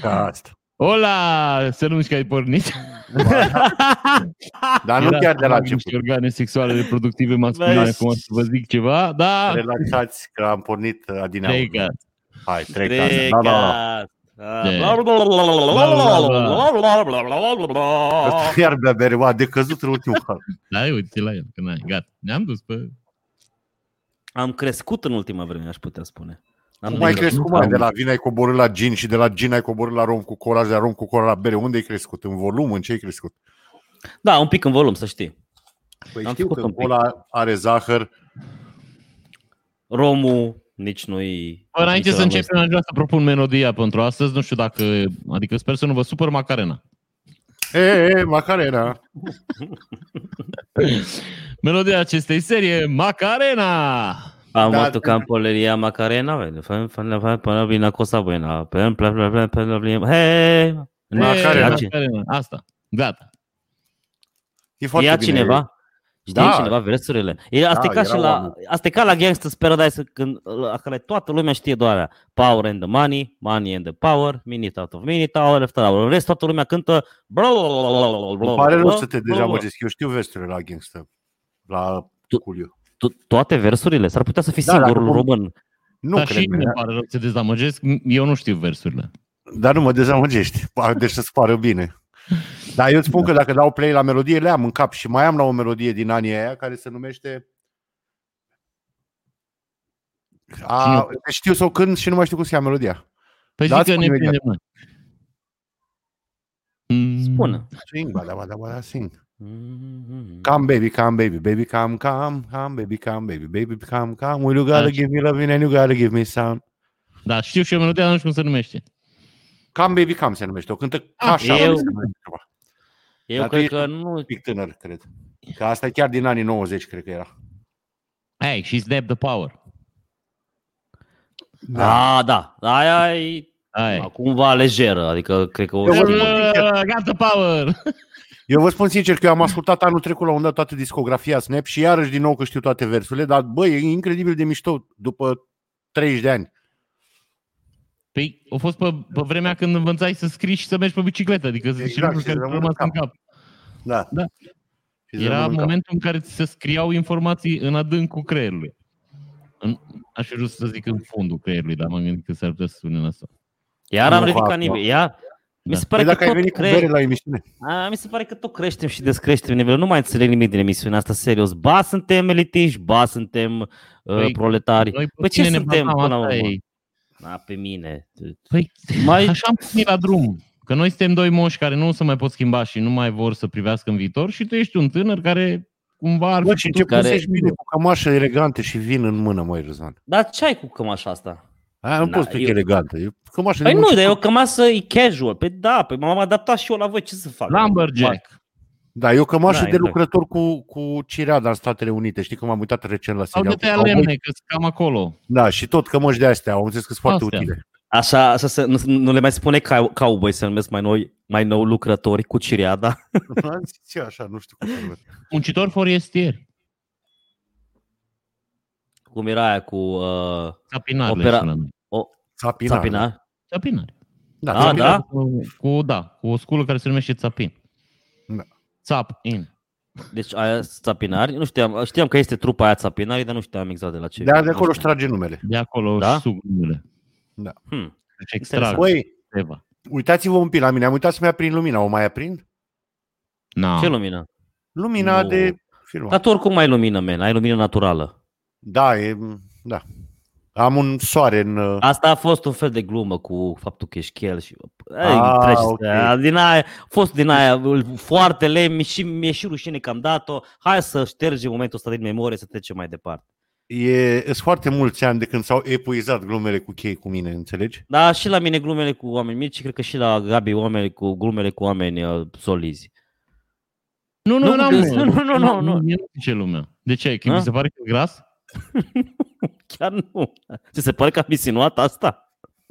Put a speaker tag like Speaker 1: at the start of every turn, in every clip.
Speaker 1: Ca asta.
Speaker 2: Ola! Să nu că ai pornit.
Speaker 1: Dar nu
Speaker 2: Era
Speaker 1: chiar de la
Speaker 2: am
Speaker 1: început.
Speaker 2: Niște organe sexuale reproductive masculine,
Speaker 1: Băi,
Speaker 2: acum să vă zic ceva. Da,
Speaker 1: Relaxați că am pornit uh, adineauri.
Speaker 2: trei ca-
Speaker 1: Hai, trec.
Speaker 3: Trec
Speaker 1: Da, da, da.
Speaker 3: asta.
Speaker 1: Ăsta iar bea bere, a decăzut în ultimul hal.
Speaker 2: Da, uite la el, că n-ai. Gata, ne-am dus pe...
Speaker 3: Am crescut în ultima vreme, aș putea spune. Am
Speaker 1: Cum ai
Speaker 2: Adică,
Speaker 3: devenit-
Speaker 1: crescut, mai? De la vin ai coborât la gin și de la gin ai coborât la rom cu cola și de la rom cu cola la bere. Unde ai crescut? În volum? În ce ai crescut?
Speaker 3: Da, un pic în volum, să știi.
Speaker 1: Păi
Speaker 3: Am
Speaker 1: știu
Speaker 3: făcut
Speaker 1: că
Speaker 3: un pic.
Speaker 1: cola are zahăr.
Speaker 3: Romul nici nu-i...
Speaker 2: Bă, înainte
Speaker 3: nici
Speaker 2: să
Speaker 3: nu-l
Speaker 2: începem, aș vrea să propun melodia pentru astăzi. Nu știu dacă... Adică sper să nu vă supăr Macarena.
Speaker 1: E, e, Macarena.
Speaker 2: Melodia acestei serie, Macarena!
Speaker 3: Am
Speaker 1: Da,
Speaker 3: da, tu
Speaker 1: da.
Speaker 3: campoleria Macarena, vele. Fem, fem, fem, până vine la Cosa Buena. Pem, pem, pem, pem, pem, pem, Hei!
Speaker 1: Macarena.
Speaker 3: Ia, ce-
Speaker 2: Macarena. Asta. Gata.
Speaker 1: E foarte
Speaker 3: ia
Speaker 1: bine.
Speaker 3: cineva. Știe
Speaker 1: Da.
Speaker 3: cineva versurile. E, asta, e
Speaker 1: Da,
Speaker 3: ca și
Speaker 1: erau
Speaker 3: la,
Speaker 1: oameni.
Speaker 3: asta e ca la Gangsta's Paradise, când, la care toată lumea știe doar aia. Power and the money, money and the power, minute out of minute, hour after hour. În rest, toată lumea cântă...
Speaker 1: Îmi pare rău să te dezamăgesc. Eu știu vesturile la gangster. La
Speaker 3: Tu-
Speaker 1: Culiu.
Speaker 3: To- Toate versurile? S-ar putea să fii
Speaker 1: Da,
Speaker 3: singurul
Speaker 1: dacă-
Speaker 3: român.
Speaker 1: Nu
Speaker 2: Dar
Speaker 1: cred,
Speaker 2: și
Speaker 1: mine.
Speaker 2: mie pare rău să dezamăgesc. Eu nu știu versurile.
Speaker 1: Dar nu mă dezamăgești. Pa, Deci să-ți pară bine. Dar eu îți spun că dacă dau play la melodie, le am în cap și mai am la o melodie din anii aia care se numește... A, știu să o cânt și nu mai știu cum se ia melodia.
Speaker 2: Păi
Speaker 1: Da,
Speaker 2: zic că
Speaker 1: spune
Speaker 2: ne
Speaker 1: imediat.
Speaker 2: prindem noi. Mm.
Speaker 3: Bună.
Speaker 1: Sing, ba da, ba da, ba da, sing. Come baby, come baby, baby come, come, come baby, come baby, baby come, come. Will you gotta
Speaker 2: Așa.
Speaker 1: give me loving and you gotta give me some.
Speaker 2: Da, știu și eu melodia, dar nu știu cum se numește.
Speaker 1: Come baby, come se numește. O cântă
Speaker 2: Ah,
Speaker 1: așa.
Speaker 3: eu-
Speaker 1: se numește.
Speaker 3: Eu
Speaker 1: Dar tu
Speaker 3: cred
Speaker 1: ești
Speaker 3: că nu...
Speaker 1: pic tânăr, cred. Că asta e chiar din anii 90, cred că era.
Speaker 2: Hey, she's nab the power.
Speaker 3: Da, da. Aia e
Speaker 2: Hai.
Speaker 3: cumva lejeră. Adică cred că
Speaker 1: Eu
Speaker 3: o
Speaker 1: vă
Speaker 3: știi.
Speaker 1: spun sincer.
Speaker 2: Got the power!
Speaker 1: Eu vă spun sincer că eu am ascultat anul trecut la un dat toată discografia Snap și iarăși din nou că știu toate versurile, dar bă, e incredibil de mișto după 30 de ani.
Speaker 2: Păi, a fost pe, pe vremea când învățai să scrii și să mergi pe bicicletă, adică sunt
Speaker 1: Exact,
Speaker 2: niște lucruri
Speaker 1: și să
Speaker 2: care au
Speaker 1: rămână
Speaker 2: rămas în
Speaker 1: în
Speaker 2: cap.
Speaker 1: Da.
Speaker 2: Da.
Speaker 1: Și să
Speaker 2: Era
Speaker 1: rămân în cap.
Speaker 2: momentul în care ți se scriau informații în adâncul creierului. În, aș fi vrut să zic în fundul creierului, dar m-am gândit că s-ar putea să spune în asta.
Speaker 3: Iar am
Speaker 1: Nu,
Speaker 3: ridicat
Speaker 1: acum.
Speaker 3: nivelul. Iar... Mi
Speaker 2: Da.
Speaker 3: se,
Speaker 1: Păi
Speaker 3: pare
Speaker 1: dacă
Speaker 3: că
Speaker 1: ai
Speaker 3: tot
Speaker 1: venit cu bere
Speaker 3: cre...
Speaker 1: la emisiune.
Speaker 3: A, mi se pare că tot creștem și descreștem nivelul. Nu mai înțeleg nimic din emisiunea asta, serios. Ba suntem elitiști, ba suntem uh,
Speaker 2: Păi,
Speaker 3: proletari.
Speaker 2: Noi
Speaker 3: Păi ce
Speaker 2: puține ne
Speaker 3: suntem
Speaker 2: bazam,
Speaker 3: până la
Speaker 2: asta
Speaker 3: urmă?
Speaker 2: e.
Speaker 3: Da, pe mine.
Speaker 2: Păi,
Speaker 3: Mai...
Speaker 2: așa am pornit Păi, la drum. Că noi suntem doi moși care nu se mai pot schimba și nu mai vor să privească în viitor și tu ești un tânăr care cumva ar
Speaker 1: Bă,
Speaker 2: fi
Speaker 1: și început
Speaker 3: care-
Speaker 1: să ieși bine cu cămașă elegante și vin în mână, măi, Răzvan.
Speaker 3: Dar ce ai cu cămașa asta?
Speaker 1: Aia nu
Speaker 3: Na,
Speaker 1: poți să
Speaker 3: eu-
Speaker 1: fii elegantă. E cămașă
Speaker 3: Păi
Speaker 1: de
Speaker 3: nu,
Speaker 1: muncă.
Speaker 3: dar eu cămasă e casual. Păi da, păi m-am adaptat și eu la voi, ce să fac?
Speaker 2: Lumberjack.
Speaker 1: Da, eu cămașă
Speaker 3: Da,
Speaker 1: de
Speaker 3: exact.
Speaker 1: lucrător cu, cu cireada în Statele Unite. Știi că m-am uitat recent la
Speaker 2: Sau
Speaker 1: serial.
Speaker 2: de tăia lemne, că sunt cam acolo.
Speaker 1: Da, și tot cămăși de astea. Am înțeles că sunt foarte
Speaker 2: Astea.
Speaker 1: utile.
Speaker 3: Așa, așa să, nu, nu, le mai spune ca, cowboy, se numesc mai, noi, mai nou lucrători cu cireada.
Speaker 1: Am zis eu așa, nu știu cum să numesc.
Speaker 2: Muncitor forestier.
Speaker 3: Cum era aia cu uh,
Speaker 2: Țapinar.
Speaker 3: Opera-
Speaker 2: Opera...
Speaker 1: Țapina.
Speaker 3: țapina?
Speaker 2: Țapinar.
Speaker 1: Da,
Speaker 3: Ah,
Speaker 1: țapina.
Speaker 3: da?
Speaker 2: Cu, cu, da, cu o sculă care se numește țapin.
Speaker 1: Da.
Speaker 2: Țap in.
Speaker 3: Deci aia sunt țapinari. Nu știam, știam că este trupa aia țapinari, dar nu știam exact de la ce.
Speaker 1: Dar de
Speaker 3: nu
Speaker 1: acolo își
Speaker 3: știam.
Speaker 1: trage numele.
Speaker 2: De acolo
Speaker 3: Da?
Speaker 2: da? și sugurile.
Speaker 1: Da.
Speaker 3: hmm. Păi,
Speaker 2: Deci extrag
Speaker 1: Băi,
Speaker 2: ceva.
Speaker 1: Păi, uitați-vă un pic la mine. Am uitat să-mi aprind lumina. O mai aprind?
Speaker 2: Na.
Speaker 3: Ce lumină?
Speaker 1: Lumina
Speaker 3: Nu. Da.
Speaker 1: de firma.
Speaker 3: Dar tu oricum ai lumină, man. Ai lumină naturală.
Speaker 1: Da, e... Da. Am un soare în... uh,
Speaker 3: Asta a fost un fel de glumă cu faptul că ești chel și...
Speaker 1: Ah,
Speaker 3: Ei, treci,
Speaker 1: ok.
Speaker 3: a, din aia, a fost din aia foarte lem și mi-e și rușine că am dat-o. Hai să ștergem momentul ăsta din memorie să trecem mai departe.
Speaker 1: E, sunt foarte mulți ani de când s-au epuizat glumele cu chei cu mine, înțelegi?
Speaker 3: Dar și la mine glumele cu oameni mici și cred că și la Gabi oameni cu glumele cu oameni uh, solizi.
Speaker 2: Nu, nu,
Speaker 3: Nu,
Speaker 2: n-am
Speaker 3: nu,
Speaker 2: zis.
Speaker 3: nu, nu, nu, nu. Ah.
Speaker 2: mie nu zice lumea. De ce? Că
Speaker 3: A?
Speaker 2: mi se pare că e gras?
Speaker 3: Chiar nu. Ți se pare că am insinuat asta?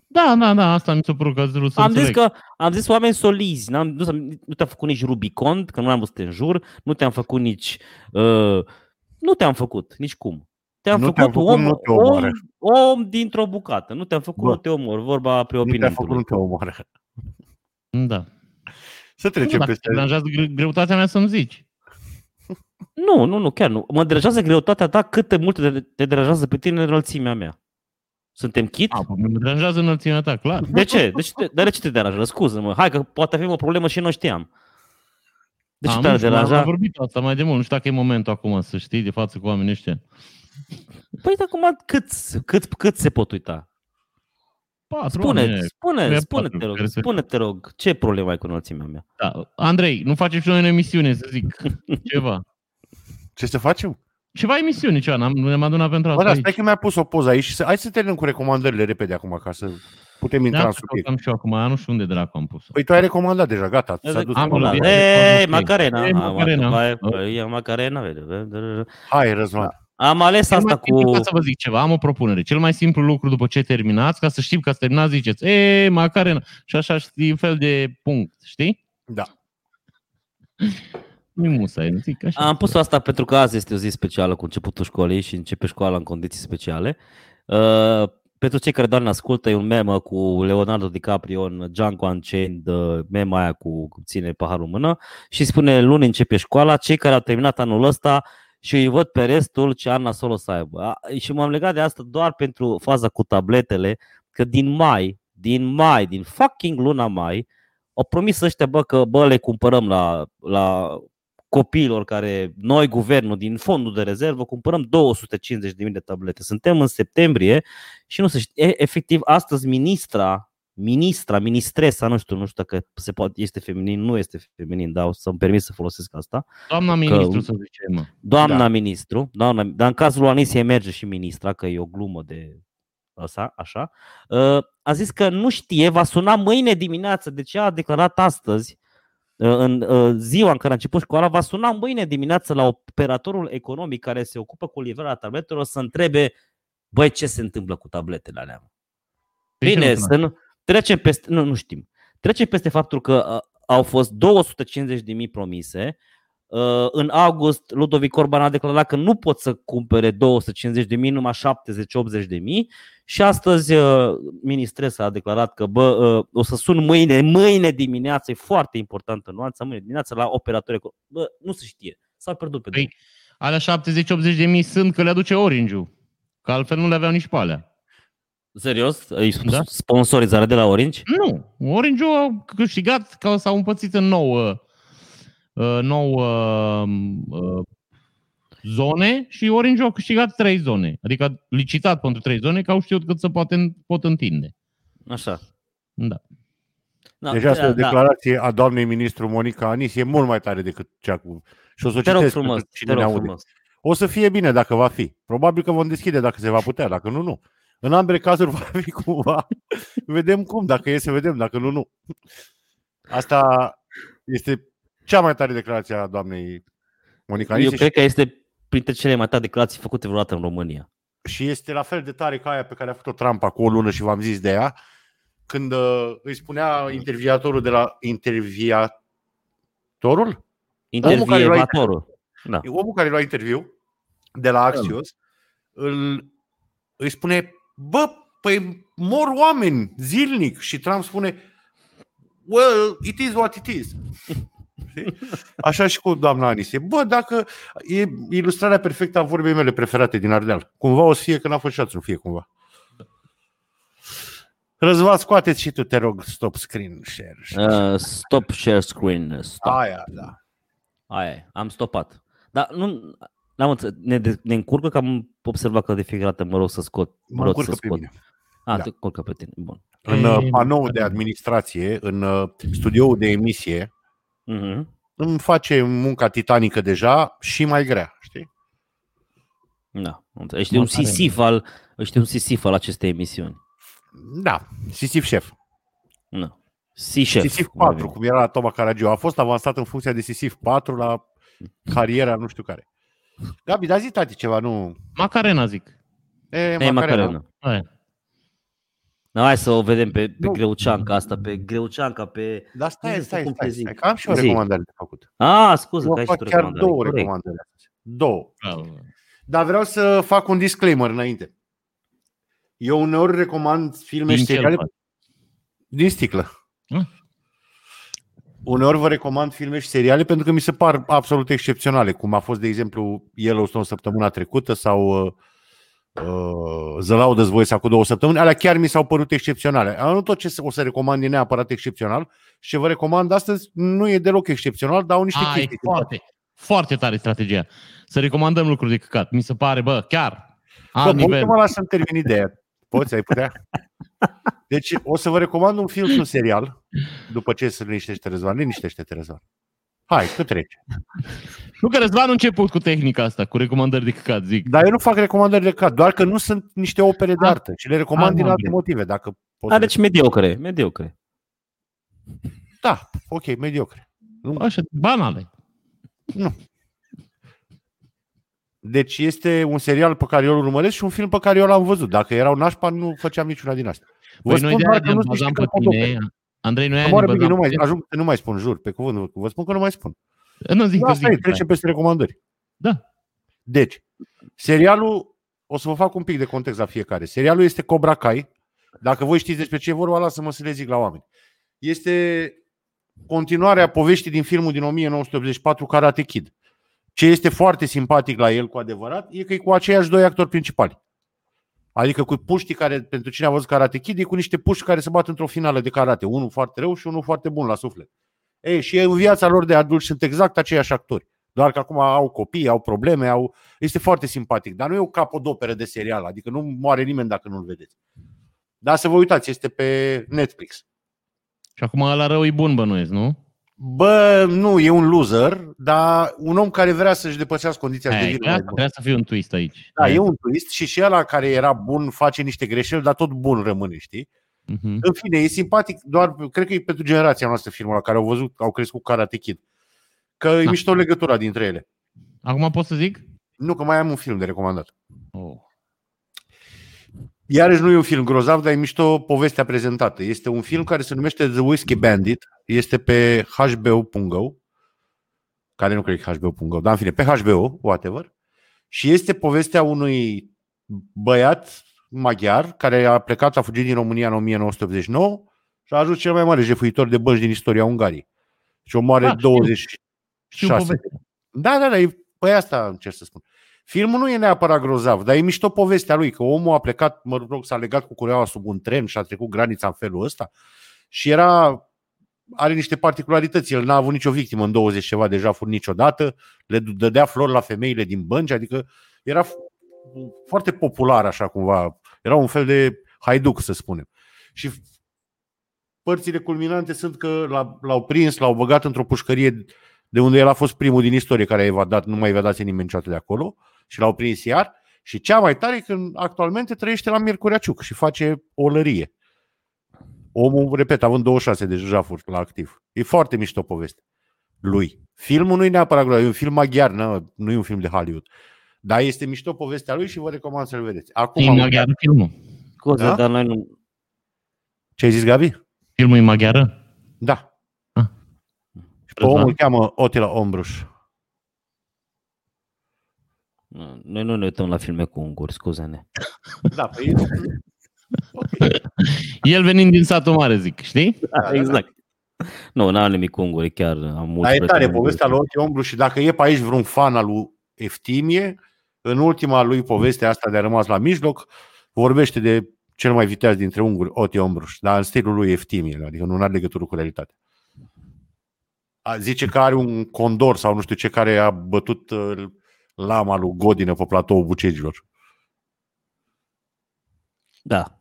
Speaker 2: Da, da, da, asta mi s-a părut că ați vrut să
Speaker 3: am
Speaker 2: înțeleg.
Speaker 3: zis că am zis oameni solizi. N-am, nu, s-am- nu te-am făcut nici Rubicon, că nu am vrut să te înjur. Nu te-am făcut nici... Uh, nu te-am făcut, nici cum. Te-am
Speaker 1: Nu
Speaker 3: făcut,
Speaker 1: te-am făcut,
Speaker 3: om,
Speaker 1: nu te
Speaker 3: om,
Speaker 1: omoară.
Speaker 3: om dintr-o bucată. Nu te-am făcut,
Speaker 1: Bă.
Speaker 3: nu te omor. Vorba
Speaker 1: Nu te-a făcut, nu
Speaker 3: preopinentului.
Speaker 1: te omoară.
Speaker 2: Da.
Speaker 1: Să
Speaker 2: Nu,
Speaker 1: trecem
Speaker 2: dacă te
Speaker 1: peste...
Speaker 2: deranjează gre- greutatea mea să-mi zici.
Speaker 3: Nu, nu, nu, chiar nu. Mă deranjează greutatea ta cât de mult te- te deranjează pe tine înălțimea mea. Suntem chit?
Speaker 1: Ah.
Speaker 2: A, păi mă deranjează înălțimea ta, clar.
Speaker 3: De ce? De ce te, dar de ce te deranjează? Scuză-mă. Hai că poate avem o problemă și noi știam. De ce
Speaker 2: Am,
Speaker 3: te
Speaker 2: nu știu, Am
Speaker 3: deranja?
Speaker 2: vorbit asta mai de mult. Nu știu dacă e momentul acum să știi de față cu oamenii ăștia.
Speaker 3: Păi dar acum cât, cât, cât se pot uita?
Speaker 2: Patru
Speaker 3: Spune,
Speaker 2: oameni,
Speaker 3: spune,
Speaker 2: Trei,
Speaker 3: spune, te
Speaker 2: patru,
Speaker 3: rog,
Speaker 2: care se-
Speaker 3: spune, te rog, ce problemă ai cu înălțimea mea?
Speaker 2: Da. Andrei, nu facem și noi în emisiune, să zic. Ceva.
Speaker 1: Ce să facem?
Speaker 2: Ceva emisiune, ceva. N-am, nu ne-am adunat pentru
Speaker 1: Bă,
Speaker 2: asta. Păi,
Speaker 1: da,
Speaker 2: aici.
Speaker 1: stai că mi-a pus o poză aici. și Să... Hai să terminăm cu recomandările repede acum, ca să putem intra în
Speaker 2: Ne-am
Speaker 1: subiect.
Speaker 2: căutam și eu acum, nu știu unde dracu am pus-o.
Speaker 1: Păi tu ai recomandat deja, gata. S-a
Speaker 3: Am
Speaker 1: dus.
Speaker 2: am
Speaker 3: dat.
Speaker 2: vorbit.
Speaker 3: Ei,
Speaker 2: Ok.
Speaker 3: Macarena.
Speaker 2: Ei,
Speaker 3: Am
Speaker 2: Macarena.
Speaker 3: acabat, păi, e Macarena. vede.
Speaker 1: Hai, Răzvan.
Speaker 3: Am ales
Speaker 2: Cel mai
Speaker 3: asta cu...
Speaker 2: simplu, ca să vă zic ceva, am o propunere. Cel mai simplu lucru după ce terminați, ca să știm că ați terminat, ziceți, e, Macarena, și așa știi, fel de punct, știi?
Speaker 1: Da.
Speaker 2: Nu-i musai, zic așa.
Speaker 3: Am pus asta pentru că azi este o zi specială cu începutul școlii și începe școala în condiții speciale. Uh, pentru cei care doar ne ascultă, e un memă cu Leonardo DiCaprio în Django Unchained, uh, mema aia cu cu ține paharul în mână și spune luni începe școala, cei care au terminat anul ăsta și îi văd pe restul ce an nasol o să aibă. A- Și m-am legat de asta doar pentru faza cu tabletele, că din mai, din mai, din fucking luna mai, au promis ăștia, bă, că bă, le cumpărăm la, la copiilor care noi, guvernul, din fondul de rezervă, cumpărăm 250.000 de tablete. Suntem în septembrie și nu se știe. E- Efectiv, astăzi ministra, ministra, ministresa, nu știu, nu știu dacă se poate, este feminin, nu este feminin, dar o să-mi permit să folosesc asta.
Speaker 2: Doamna ministru, să zicem, mă.
Speaker 3: Doamna
Speaker 1: Da.
Speaker 3: da. ministru, doamna, dar în cazul lui Anisie merge și ministra, că e o glumă de asta, așa, uh, a zis că nu știe, va suna mâine dimineață, deci ea a declarat astăzi, uh, în uh, ziua în care a început școala, va suna mâine dimineață la operatorul economic care se ocupă cu livrarea tabletelor să întrebe, băi, ce se întâmplă cu tabletele alea?
Speaker 2: Păi ce
Speaker 3: Bine,
Speaker 2: nu
Speaker 3: să nu, trecem peste, nu, nu știm. Trecem peste faptul că uh, au fost 250.000 promise. Uh, în august, Ludovic Orban a declarat că nu pot să cumpere 250.000, numai 70-80.000 și astăzi uh, ministresa a declarat că bă, uh, o să sun mâine, mâine dimineață, e foarte importantă nuanța, mâine dimineață la operatori. Bă, nu se știe, s-a pierdut pe
Speaker 2: Păi,
Speaker 3: drum.
Speaker 2: Alea 70-80 de mii sunt că le aduce Orange-ul. Că altfel nu le aveau nici pe alea.
Speaker 3: Serios? Îi sp-
Speaker 2: Da.
Speaker 3: sponsorizare de la Orange?
Speaker 2: Nu. Orange-ul a câștigat că s-au împărțit în nouă, uh, nouă uh, zone și Orange-ul a câștigat trei zone. Adică a licitat pentru trei zone că au știut cât se poate, pot întinde.
Speaker 3: Așa.
Speaker 2: Da.
Speaker 3: Da,
Speaker 1: Deci asta e o declarație a doamnei ministru Monica Anis. E mult mai tare decât cea cu... Și o să o
Speaker 3: Te rog
Speaker 1: citesc
Speaker 3: frumos,
Speaker 1: pentru cine
Speaker 3: te
Speaker 1: ne
Speaker 3: rog
Speaker 1: aude.
Speaker 3: frumos.
Speaker 1: O să fie bine dacă va fi. Probabil că vom deschide dacă se va putea, dacă nu, nu. În ambele cazuri va fi cumva. Vedem cum, dacă e să vedem, dacă nu, nu. Asta este cea mai tare declarație a doamnei Monica
Speaker 3: Eu
Speaker 1: Anise
Speaker 3: cred
Speaker 1: și,
Speaker 3: că este printre cele mai tare declarații făcute vreodată în România.
Speaker 1: și este la fel de tare ca aia pe care a făcut-o Trump acum o lună și v-am zis de ea, când uh, îi spunea interviatorul de la interviatorul? Omul care l-a
Speaker 3: Intervievatorul. Da.
Speaker 1: omul care lua interviu de la Axios îl, îi spune bă, păi mor oameni zilnic și Trump spune well, it is what it is. Știi? Așa și cu doamna Anisie. Bă, dacă e ilustrarea perfectă a vorbei mele preferate din Ardeal. Cumva o să fie că n-a fost șațul, fie cumva. Răzva, scoateți și tu, te rog, stop screen share.
Speaker 3: Uh, stop share screen. uh, Stop.
Speaker 1: Aia, da.
Speaker 3: Aia, e, am stopat. Dar nu, n-am înțeles, ne, de- ne încurcă că am observat că de fiecare dată mă rog să scot.
Speaker 1: Mă
Speaker 3: rog
Speaker 1: încurcă
Speaker 3: să
Speaker 1: pe
Speaker 3: scot.
Speaker 1: mine.
Speaker 3: A,
Speaker 1: Da.
Speaker 3: te încurcă pe tine. Bun.
Speaker 1: În
Speaker 2: E,
Speaker 1: uh, panou de
Speaker 2: da.
Speaker 1: administrație, în uh, studioul de emisie,
Speaker 3: Mhm.
Speaker 1: îmi face munca titanică deja și mai grea, știi?
Speaker 3: Da. am înțeles. Ești un
Speaker 2: Mă pare-
Speaker 3: sisif al, ești un sisif al acestei emisiuni.
Speaker 1: Da, Sisif șef.
Speaker 3: Da. Sisif.
Speaker 1: Sisif 4, cum era la Toma Caragiu. A fost avansat în funcția de Sisif 4 la cariera nu știu care. Gabi, da zi tati ceva, nu...
Speaker 2: Macarena, zic.
Speaker 1: E,
Speaker 3: E macarena.
Speaker 2: Aia.
Speaker 3: Da, hai să o vedem pe, pe
Speaker 1: Nu.
Speaker 3: greuceanca asta, pe greuceanca, pe...
Speaker 1: Dar stai,
Speaker 3: Zi,
Speaker 1: stai,
Speaker 3: cum
Speaker 1: stai,
Speaker 3: te zic.
Speaker 1: stai, că am și o
Speaker 3: Zi.
Speaker 1: recomandare de făcut.
Speaker 3: A, ah, scuză, că
Speaker 1: Mă
Speaker 3: ai și
Speaker 1: fac
Speaker 3: tu
Speaker 1: chiar două
Speaker 3: Corect.
Speaker 1: recomandări. Două.
Speaker 2: Bravo.
Speaker 1: Dar vreau să fac un disclaimer înainte. Eu uneori recomand filme
Speaker 2: Din
Speaker 1: și
Speaker 2: ce
Speaker 1: seriale
Speaker 2: îl faci?
Speaker 1: din sticlă.
Speaker 2: Ah.
Speaker 1: Uneori vă recomand filme și seriale pentru că mi se par absolut excepționale, cum a fost, de exemplu, Yellowstone săptămâna trecută sau uh, uh, The Loudest Voice acum două săptămâni. Alea chiar mi s-au părut excepționale. Am nu tot ce o să recomand e neapărat excepțional și ce vă recomand astăzi nu e deloc excepțional, dar au niște
Speaker 2: Ai,
Speaker 1: chestii.
Speaker 2: foarte, foarte tare strategia. Să recomandăm lucruri de căcat. Mi se pare, bă, chiar.
Speaker 1: Bă,
Speaker 2: Am
Speaker 1: nivel.
Speaker 2: nivel.
Speaker 1: mă las să-mi termin ideea. Poți, ai putea? Deci o să vă recomand un film și un serial După ce se liniștește Răzvan Liniștește-te Răzvan Hai, tu treci
Speaker 2: Nu că Răzvan a început cu tehnica asta, cu recomandări de căcat, zic.
Speaker 1: Dar eu nu fac recomandări de cat Doar că nu sunt niște opere de
Speaker 2: Ah.
Speaker 1: artă Și le recomand
Speaker 2: Ah,
Speaker 1: din
Speaker 2: nu,
Speaker 1: alte
Speaker 2: bine. Ah,
Speaker 1: motive dacă poți
Speaker 3: A, deci mediocre, mediocre.
Speaker 1: Da, ok, mediocre
Speaker 2: Așa, banale.
Speaker 1: Deci este un serial pe care eu îl urmăresc Și un film pe care eu l-am văzut Dacă erau nașpa, nu făceam niciuna din asta Vă
Speaker 2: Păi noi
Speaker 1: spun
Speaker 2: de
Speaker 1: doar
Speaker 2: aia
Speaker 1: că
Speaker 2: ne
Speaker 1: nu sunt
Speaker 2: bazam
Speaker 1: niște
Speaker 2: pe
Speaker 1: căcat opere
Speaker 2: tine. Andrei, noi aia ne
Speaker 1: Moară bine, nu
Speaker 2: bazam pe
Speaker 1: mai,
Speaker 2: tine.
Speaker 1: ajung, nu mai spun, jur, pe cuvânt, vă spun că nu mai spun
Speaker 2: Eh, Nu zic,
Speaker 1: Da,
Speaker 2: nu
Speaker 1: asta e,
Speaker 2: zic.
Speaker 1: trecem peste recomandări.
Speaker 2: Da.
Speaker 1: Deci, serialul, o să vă fac un pic de context la fiecare. Serialul este Cobra Kai. Dacă voi știți despre ce e vorba, lasă-mă să le zic la oameni. Este continuarea poveștii din filmul din 1984, Karate Kid. Ce este foarte simpatic la el, cu adevărat, e că e cu aceiași doi actori principali. Adică cu puștii care, pentru cine a văzut Karate Kid, e cu niște puști care se bat într-o finală de karate. Unul foarte rău și unul foarte bun la suflet. Ei, și ei, în viața lor de adulți sunt exact aceiași actori. Doar că acum au copii, au probleme, au... este foarte simpatic. Dar nu e o capodoperă de serial, adică nu moare nimeni dacă nu-l vedeți. Dar să vă uitați, este pe Netflix.
Speaker 2: Și acum ăla rău e bun, bănuiesc, nu?
Speaker 1: Bă, nu, e un loser, dar un om care vrea să-și depășească condiția
Speaker 2: Aia
Speaker 1: de
Speaker 2: e,
Speaker 1: vină.
Speaker 2: asta
Speaker 1: mai bun.
Speaker 2: Trebuie să fie un twist aici.
Speaker 1: Da, e un turist și și ăla care era bun face niște greșeli, dar tot bun rămâne, știi?
Speaker 2: Mhm.
Speaker 1: În fine, e simpatic, doar cred că e pentru generația noastră filmul ăla, care au văzut, au crescut Karate Kid. Că e
Speaker 2: Da.
Speaker 1: mișto legătura dintre ele.
Speaker 2: Acum pot să zic?
Speaker 1: Nu, că mai am un film de recomandat.
Speaker 2: Oh.
Speaker 1: Iarăși nu e un film grozav, dar e mișto povestea prezentată. Este un film care se numește The Whiskey Bandit. Este pe HBO.go care nu cred că e HBO.go, dar în fine, pe HBO, whatever. Și este povestea unui băiat maghiar care a plecat, a fugit din România în 1989 și a ajuns cel mai mare jefuitor de bănci din istoria Ungariei. Și omoare
Speaker 2: Da,
Speaker 1: da,
Speaker 2: știu.
Speaker 1: 26.
Speaker 2: Știu povestea.
Speaker 1: Da, da, da, e, păi asta încerc să spun. Filmul nu e neapărat grozav, dar e mișto povestea lui, că omul a plecat, mă rog, s-a legat cu cureaua sub un tren și a trecut granița în felul ăsta și era are niște particularități. El n-a avut nicio victimă în 20 ceva deja fur niciodată, le d- dădea flori la femeile din bănci, adică era f- foarte popular așa cumva. Era un fel de haiduc, să spunem. Și f- părțile culminante sunt că l-a- l-au prins, l-au băgat într-o pușcărie de unde el a fost primul din istorie care a evadat, nu mai evadase nimeni niciodată de acolo și l-au prins iar. Și cea mai tare e că actualmente trăiește la Miercurea Ciuc și face o lărie. Omul, repet, având 26 de jafuri la activ. E foarte mișto poveste. Lui. Filmul nu e neapărat grozav, e un film maghiar, nu, nu e un film de Hollywood. Dar este mișto povestea lui și vă recomand să-l vedeți. Acum,
Speaker 2: E
Speaker 1: am-
Speaker 2: maghiară filmul.
Speaker 3: Scuze,
Speaker 1: Da?
Speaker 3: da? dar noi nu...
Speaker 1: ce ai zis, Gabi?
Speaker 2: Filmul e maghiară?
Speaker 1: Da.
Speaker 2: Ah.
Speaker 1: Și pe omul îl cheamă Otila Ombruș.
Speaker 3: nu- Noi nu ne uităm la filme cu unguri, scuze-ne.
Speaker 1: Da, pe el. Ok.
Speaker 2: El venind din satul mare, zic, știi?
Speaker 1: da, da.
Speaker 3: exact. Nu, n-am nimic cu unguri, chiar am mult.
Speaker 1: Dar e tare povestea lui Otila Ombruș și dacă e pe aici vreun fan al lui Eftimie, în ultima lui poveste asta de a rămas la mijloc, vorbește de cel mai viteaz dintre unguri, Oti Ombruș, dar în stilul lui Eftimie, adică nu are legătură cu realitatea. A- Zice că are un condor sau nu știu ce care a bătut uh, lama lui Godină pe platoul Bucegilor.
Speaker 3: Da.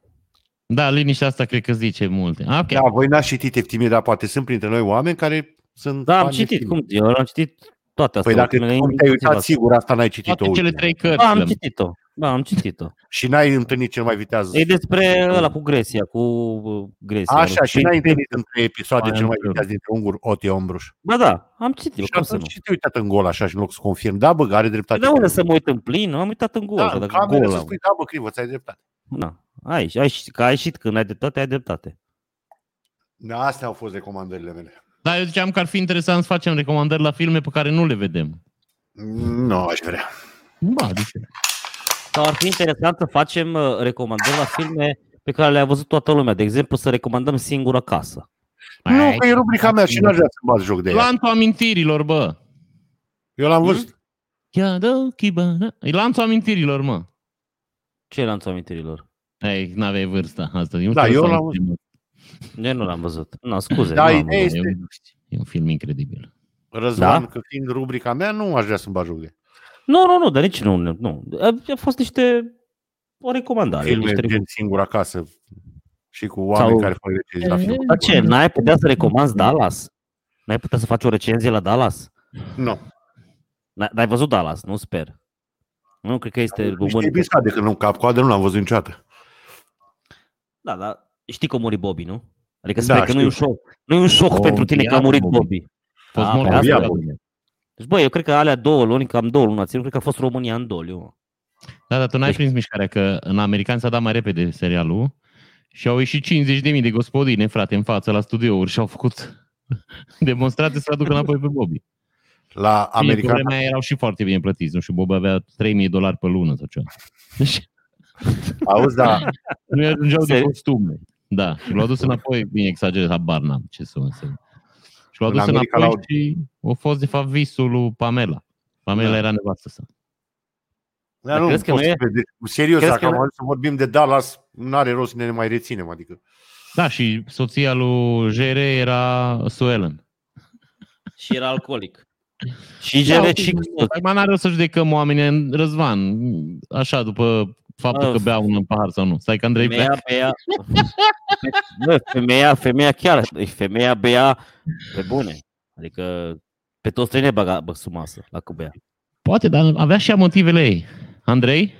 Speaker 2: Da, liniștea asta cred că zice multe. Ah, ok.
Speaker 1: Da, voi n-ați citit Eftimie, dar poate sunt printre noi oameni care sunt
Speaker 3: Da, am
Speaker 1: fani
Speaker 3: citit,
Speaker 1: Eftimie.
Speaker 3: cum, eu am citit toate
Speaker 1: Păi
Speaker 3: astea.
Speaker 1: dacă
Speaker 3: ultimele,
Speaker 1: cum te-ai
Speaker 3: inclusiv
Speaker 1: uitat,
Speaker 3: astea.
Speaker 1: sigur asta n-ai citit-o
Speaker 2: Toate cele
Speaker 1: ultima.
Speaker 2: trei cărți.
Speaker 3: Da, am
Speaker 2: le-am-
Speaker 3: citit-o. Da, am citit-o.
Speaker 1: Și n-ai întâlnit cel mai viteaz
Speaker 3: E despre ăla cu Grecia, cu uh, Grecia.
Speaker 1: Așa, și n-ai
Speaker 3: Prin-
Speaker 1: întâlnit între episoade
Speaker 3: Mai
Speaker 1: cel mai
Speaker 3: am
Speaker 1: viteaz dintre ungur Ote Ombruș.
Speaker 3: Ba da, am citit, eu,
Speaker 1: Și
Speaker 3: cum să nu?
Speaker 1: atunci și te uitat în gol așa și în loc să confirm. Da, bă, are
Speaker 3: Păi
Speaker 1: dreptate.
Speaker 3: de unde să mă uit în plin? Am uitat în gol.
Speaker 1: da,
Speaker 3: Da,
Speaker 1: în
Speaker 3: dacă
Speaker 1: cameră
Speaker 3: gol
Speaker 1: să
Speaker 3: am.
Speaker 1: spui, da, bă, crivă, ți-ai dreptate.
Speaker 3: Da. Ai, ai, că ai ieșit când ai dreptate, ai dreptate.
Speaker 1: Da, astea au fost recomandările mele.
Speaker 2: Da, eu ziceam că ar fi interesant să facem recomandări la filme pe care nu le vedem.
Speaker 1: Nu aș vrea.
Speaker 2: Ba, de ce?
Speaker 3: Sau ar fi interesant să facem uh, recomandări la filme pe care le-a văzut toată lumea. De exemplu, să recomandăm Singur acasă.
Speaker 1: Nu, că e rubrica mea și n-aș vrea să bat joc de ea.
Speaker 2: Lanțul amintirilor, bă.
Speaker 1: Eu
Speaker 3: Mm-hmm.
Speaker 1: l-am văzut.
Speaker 2: Ia dă ochii, bă, na. E lanțul amintirilor, mă.
Speaker 3: Ce lanțul amintirilor?
Speaker 2: Ei, n-aveai vârsta asta. E un
Speaker 1: Da,
Speaker 2: film
Speaker 1: eu
Speaker 2: sau un
Speaker 1: l-am
Speaker 2: film?
Speaker 3: Eu nu l-am văzut. Nu, scuze.
Speaker 1: Da,
Speaker 3: nu am
Speaker 1: ideea
Speaker 3: văzut.
Speaker 1: este-
Speaker 2: E un- E un film incredibil.
Speaker 1: Răzvan,
Speaker 3: Da?
Speaker 1: că fiind rubrica mea, nu aș vrea să-mi bat joc de ea.
Speaker 3: Nu, nu, nu, dar nici nu. nu. A, a fost niște o recomandare.
Speaker 1: Filme
Speaker 3: Da, Niște...
Speaker 1: gen singur acasă și cu oameni
Speaker 3: Sau-
Speaker 1: care fac recenzii la film.
Speaker 3: Dar ce, n-ai putea să recomanzi Dallas? N-ai putea să faci o recenzie la Dallas?
Speaker 1: Nu.
Speaker 3: N-ai n-ai văzut Dallas, nu sper. Nu, cred că este
Speaker 1: Niște
Speaker 3: bun.
Speaker 1: episoade când nu cap coadă, nu l-am văzut niciodată.
Speaker 3: Da, dar știi că a murit Bobby, nu? Adică
Speaker 1: Da,
Speaker 3: sper că nu e un
Speaker 1: știu.
Speaker 3: șoc. Nu e un șoc
Speaker 2: O,
Speaker 3: pentru tine că a
Speaker 2: iar
Speaker 3: murit
Speaker 2: Bobby.
Speaker 3: Bobby.
Speaker 2: A fost
Speaker 3: Da,
Speaker 2: mort
Speaker 3: pe
Speaker 2: la
Speaker 1: asta
Speaker 2: viață.
Speaker 3: Deci, bă, eu cred că alea două luni, cam două luni, ținut, cred că a fost România în doliu. mă.
Speaker 2: Da, dar tu n-ai
Speaker 3: Deci-
Speaker 2: prins mișcarea că în american s-a dat mai repede serialul și au ieșit 50.000 de gospodine, frate, în față la studiouri și au făcut demonstrații să aducă înapoi pe Bobby.
Speaker 1: La
Speaker 2: American...
Speaker 1: American,
Speaker 2: Pe vremea erau și foarte bine plătiți, nu știu, Bob avea 3.000 dolari pe lună sau ceva. Deci
Speaker 1: auzi, da,
Speaker 2: nu ajungeau de
Speaker 3: Seri-
Speaker 2: costume. Da, și l-au dus înapoi, bine exagerez, habar n-am ce să însemn. Și l-au
Speaker 1: În
Speaker 2: dus
Speaker 1: America
Speaker 2: înapoi
Speaker 1: l-au-
Speaker 2: și a fost de fapt visul lui Pamela. Pamela
Speaker 3: Da.
Speaker 2: era nevastă sa.
Speaker 1: dar nu,
Speaker 3: crezi că
Speaker 1: poți
Speaker 3: nu e?
Speaker 1: să vezi. serios,
Speaker 3: Crezi
Speaker 1: dacă
Speaker 3: că
Speaker 1: am
Speaker 3: nu-
Speaker 1: ajuns să vorbim de Dallas, n-are rost să ne mai reținem, adică.
Speaker 2: Da, și soția lui Jere era Suelen.
Speaker 3: Și era alcoolic. și
Speaker 2: Da,
Speaker 3: Jared
Speaker 2: uite,
Speaker 3: și
Speaker 2: Acum n-are rost să judecăm oamenii în răzvan, așa, după faptul
Speaker 3: Of.
Speaker 2: că bea un pahar sau nu. Stai că Andrei bea.
Speaker 3: femeia bea... Bă, femeia, femeia chiar, femeia bea pe bune. Adică pe toți trei ne baga bă, sub masă, la cât bea.
Speaker 2: Poate, dar avea și ea motivele ei. Andrei?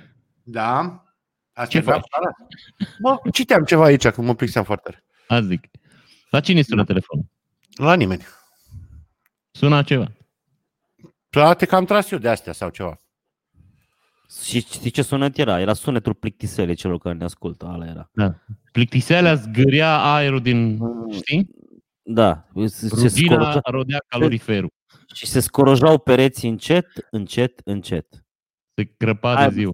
Speaker 1: Da. Asta
Speaker 2: Ce
Speaker 1: e
Speaker 2: faci?
Speaker 1: Dallas. Mă, citeam ceva aici, că mă plictiseam foarte tare.
Speaker 2: Azi zic. La cine
Speaker 3: Da.
Speaker 2: sună telefonul?
Speaker 1: La nimeni.
Speaker 2: Sună ceva.
Speaker 1: Poate că am tras eu de astea sau ceva.
Speaker 3: Și știi ce sunet era? Era sunetul plictisele celor care ne ascultă. Ala era.
Speaker 2: Plictisealea zgâria aerul din... Știi?
Speaker 3: Da. Se, Mm. se
Speaker 2: Rugina
Speaker 3: scorojau,
Speaker 2: rodea caloriferul.
Speaker 3: și se scorojau pereții încet, încet, încet.
Speaker 2: Se crăpa
Speaker 3: Aia-
Speaker 2: de ziua.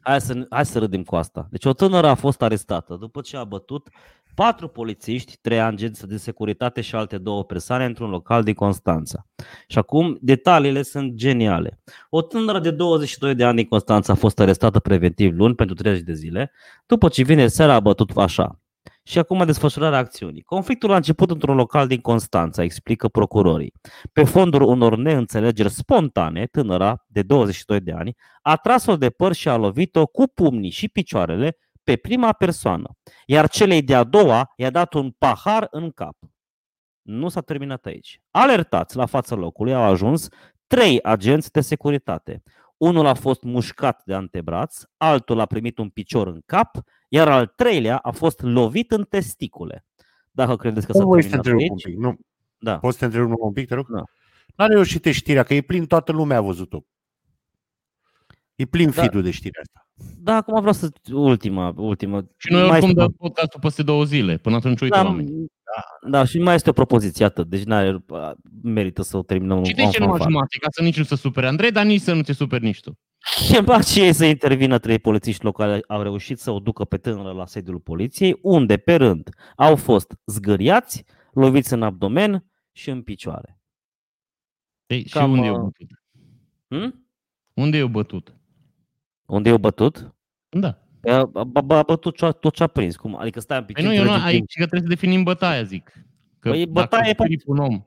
Speaker 3: Hai să, hai să râdem cu asta. Deci o tânără a fost arestată după ce a bătut patru polițiști, trei agenți de securitate și alte două persoane într-un local din Constanța. Și acum detaliile sunt geniale. O tânără de 22 de ani din Constanța a fost arestată preventiv luni pentru 30 de zile, după ce vineri seara a bătut așa. Și acum desfășurarea acțiunii. Conflictul a început într-un local din Constanța, explică procurorii. Pe fondul unor neînțelegeri spontane, tânăra de 22 de ani a tras-o de păr și a lovit-o cu pumnii și picioarele pe prima persoană, iar celei de-a doua i-a dat un pahar în cap. Nu s-a terminat aici. Alertați la fața locului au ajuns trei agenți de securitate. Unul a fost mușcat de antebraț, altul a primit un picior în cap, iar al treilea a fost lovit în testicule. Dacă credeți că s-a
Speaker 1: Nu voi să te întrerup
Speaker 3: terminat
Speaker 1: un
Speaker 3: aici,
Speaker 1: pic. Nu,
Speaker 3: da.
Speaker 1: poți să te întrerup un pic, te rog?
Speaker 3: Da.
Speaker 1: N-a reușit de știrea, că e plin, toată lumea a văzut-o. E plin
Speaker 3: Da.
Speaker 1: feed de știrea asta.
Speaker 3: Da, acum vreau să... Ultima, ultima.
Speaker 2: Și noi
Speaker 3: Mai
Speaker 2: oricum
Speaker 3: este-
Speaker 2: dăm podcastul peste două zile. Până atunci uită
Speaker 3: Da,
Speaker 2: oamenii.
Speaker 3: da, da, și mai este o propoziție atât, deci n-are, merită să o terminăm
Speaker 2: Și de ce nu
Speaker 3: fanfar.
Speaker 2: jumate? Ca să nici nu se supere Andrei, dar nici să nu te superi nici tu.
Speaker 3: Și îmi place ei să intervină trei polițiști locali au reușit să o ducă pe tânără la sediul poliției, unde, pe rând, au fost zgâriați, loviți în abdomen și în picioare.
Speaker 2: Ei, și
Speaker 3: Cam,
Speaker 2: unde e
Speaker 3: uh,
Speaker 2: o bătut?
Speaker 3: Hm?
Speaker 2: Unde e o bătut?
Speaker 3: Unde i-au bătut?
Speaker 2: Da.
Speaker 3: A, a, a bătut ce-a- tot ce a prins. Cum? Adică stai un pic.
Speaker 2: Păi nu, eu nu, aici că trebuie să definim bătaia, zic. Că
Speaker 3: Păi
Speaker 2: păi
Speaker 3: bătaie
Speaker 2: bătaie
Speaker 3: e
Speaker 2: pe un om.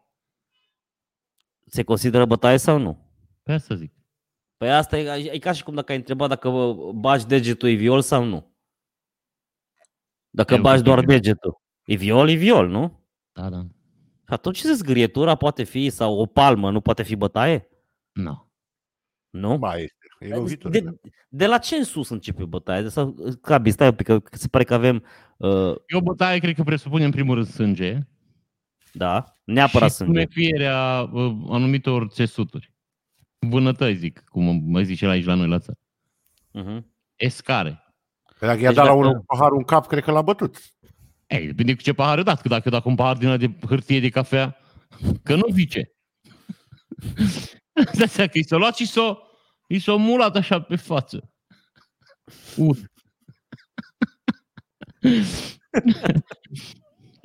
Speaker 3: Se consideră bătaie sau nu?
Speaker 2: Pe asta zic.
Speaker 3: Păi asta e, e ca și cum dacă ai întrebat dacă bă, bagi degetul e viol sau nu. Dacă
Speaker 2: Eu cred
Speaker 3: bagi
Speaker 2: că
Speaker 3: doar
Speaker 2: e viol.
Speaker 3: degetul. E viol, e viol, nu?
Speaker 2: Da, da.
Speaker 3: Și atunci ce zgârietura poate fi sau o palmă nu poate fi bătaie?
Speaker 2: Nu.
Speaker 3: Nu?
Speaker 1: Ba, este. E lovitură.
Speaker 2: da.
Speaker 3: De, de la ce în sus începe bătaia? Sau, Gabi, stai un pic, că se pare că avem, uh,
Speaker 2: Eu bătaie cred că presupune în primul rând sânge.
Speaker 3: da, neapărat
Speaker 2: și
Speaker 3: sânge.
Speaker 2: sumefierea uh, anumitor țesuturi. Vânătăi, zic, cum mai zice la aici la noi la țară.
Speaker 3: Uh-huh.
Speaker 2: Escare.
Speaker 1: Că Dacă i-a
Speaker 3: Deci
Speaker 1: dat la
Speaker 3: dacă-
Speaker 1: un pahar un cap, cred că l-a bătut.
Speaker 2: Ei, depinde cu ce pahar dat, că dacă eu dacă un pahar din ăla de hârtie de cafea, că nu zice. Îți dai seama că i s-a luat și s-a I s-a mulat așa pe față. Uf.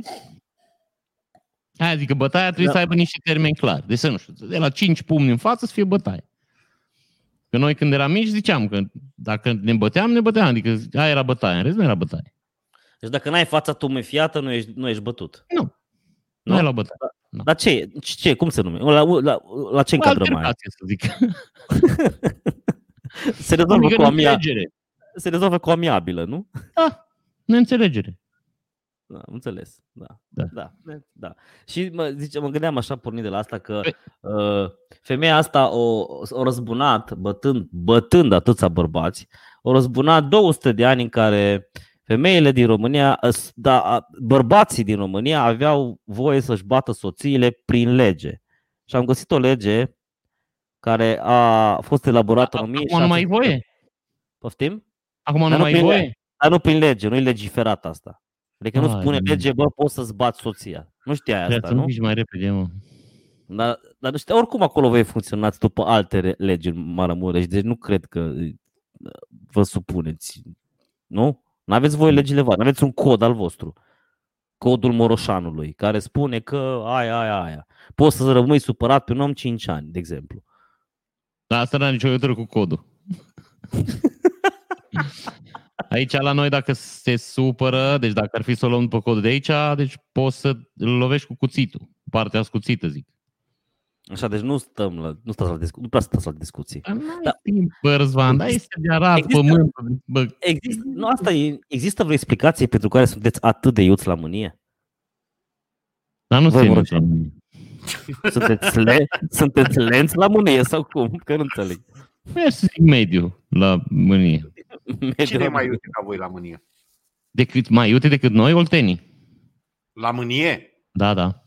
Speaker 2: Hai, adică bătaia trebuie
Speaker 3: Da.
Speaker 2: da. să aibă niște termeni clari. Deci să nu știu, de la 5 pumni în față să fie bătaie. Că noi când eram mici ziceam că dacă ne băteam, ne băteam. Adică aia era bătaie, în rest nu era bătaie.
Speaker 3: Deci dacă n-ai fața tumefiată, nu ești, nu ești bătut.
Speaker 2: Nu,
Speaker 3: Nu?
Speaker 2: nu era bătaie.
Speaker 3: Dar ce, e? ce, ce cum se numește? La, la, la ce
Speaker 2: O
Speaker 3: încadrăm aia?
Speaker 2: altercație, să zic.
Speaker 3: Se rezolvă,
Speaker 2: Adică
Speaker 3: Da, cu amia,
Speaker 2: neînțelegere.
Speaker 3: se rezolvă cu amiabilă, nu?
Speaker 2: Da, Neînțelegere.
Speaker 3: Da, am înțeles. Da. Da.
Speaker 2: Da.
Speaker 3: da. da. Și mă, zice, mă gândeam așa pornind de la asta că
Speaker 2: Păi-
Speaker 3: uh, femeia asta o, o răzbunat bătând, bătând atâția bărbați, o răzbunat 200 de ani în care femeile din România, uh, s- da, a- bărbații din România aveau voie să-și bată soțiile prin lege. Și am găsit o lege care a fost elaborată în
Speaker 2: Acum nu mai ai
Speaker 3: 1600.
Speaker 2: voie.
Speaker 3: Poftim?
Speaker 2: Acum nu
Speaker 3: Dar nu
Speaker 2: mai ai
Speaker 3: prin
Speaker 2: voie.
Speaker 3: Dar nu prin lege, nu e legiferat asta. Adică nu
Speaker 2: Ai,
Speaker 3: spune
Speaker 2: bine.
Speaker 3: lege, bă, poți să-ți bați soția. Nu știa
Speaker 2: Trebuie
Speaker 3: asta,
Speaker 2: să nu
Speaker 3: nu?
Speaker 2: pici mai repede, mă.
Speaker 3: Dar, dar nu știu, oricum acolo voi funcționați după alte re- legi în Maramureș, deci nu cred că e, vă supuneți. Nu? Nu aveți voi legile voastre, nu aveți un cod al vostru. Codul Moroșanului, care spune că aia, aia, aia. Poți să rămâi supărat pe un om 5 ani, de exemplu.
Speaker 2: Dar asta n-are nicio legătură cu codul. Aici la noi dacă se supără, deci dacă ar fi să o luăm după codul de aici, deci poți să îl lovești cu cuțitul. Partea ascuțită, zic.
Speaker 3: Așa, deci nu stăm la, nu stați la, discu- nu prea stați la discuții.
Speaker 2: Dar n-ai
Speaker 3: Da.
Speaker 2: timp, bă, Răzvan, dar este de arat
Speaker 3: Există-
Speaker 2: pământul. Bă,
Speaker 3: Există, nu, asta e, există vreo explicație pentru care sunteți atât de iuți la mânie?
Speaker 2: dar nu
Speaker 3: Voi
Speaker 2: se
Speaker 3: mă
Speaker 2: merge.
Speaker 3: Sunteți, le- sunteți lenți la mânie sau cum? Că nu înțeleg.
Speaker 2: Mergi să zic mediu la mânie.
Speaker 1: Cine e mai iute ca voi la mânie?
Speaker 2: Decât mai iute decât noi, oltenii.
Speaker 1: La mânie?
Speaker 2: Da, da.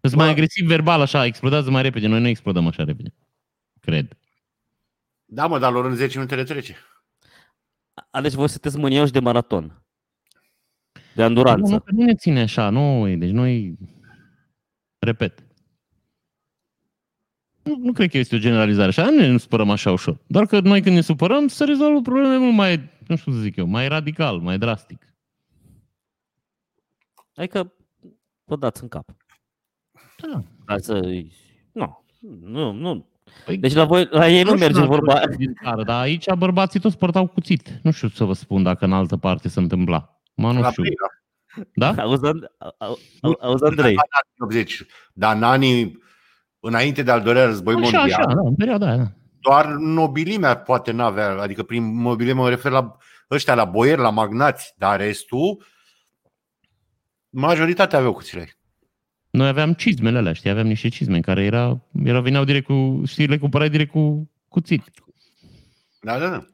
Speaker 2: Sunt
Speaker 1: Bă.
Speaker 2: mai agresiv verbal așa, explodează mai repede. Noi nu explodăm așa repede. Cred.
Speaker 1: Da, mă, dar lor în 10 minute le trece.
Speaker 3: A, deci voi sunteți mânioși de maraton. De
Speaker 2: Nu, nu,
Speaker 3: anduranță.
Speaker 2: că nu ne ține așa, nu, e- deci noi, repet, nu, nu cred că este o generalizare așa, nu ne supărăm așa ușor. Doar că noi când ne supărăm, se rezolvă probleme mult mai, nu știu să zic eu, mai radical, mai drastic.
Speaker 3: Adică vă dați în cap.
Speaker 2: Da.
Speaker 3: Dar să... Nu, nu, nu.
Speaker 2: Păi,
Speaker 3: Deci la, voi, la ei nu,
Speaker 2: știu
Speaker 3: merge
Speaker 2: dacă
Speaker 3: vorba...
Speaker 2: e din țară, dar aici bărbații toți părtau cuțit. Nu știu să vă spun dacă în altă parte se întâmpla. Mă, nu
Speaker 1: la
Speaker 2: știu.
Speaker 1: prima.
Speaker 2: Da?
Speaker 3: Auzi, And- au- au- au- auzi, Andrei,
Speaker 1: În anii 80. Dar în anii, înainte de al doilea război
Speaker 2: Așa,
Speaker 1: mondial,
Speaker 2: așa, da, în perioada aia, da.
Speaker 1: doar nobilimea poate n-avea, adică prin nobilimea mă refer la ăștia, la boieri, la magnați, dar restul, majoritatea aveau cuțile.
Speaker 2: Noi aveam cizmele alea, știi, aveam niște cizme în care era, era veneau direct cu, știi, le cumpărai direct cu cuțit.
Speaker 1: Da, da, da.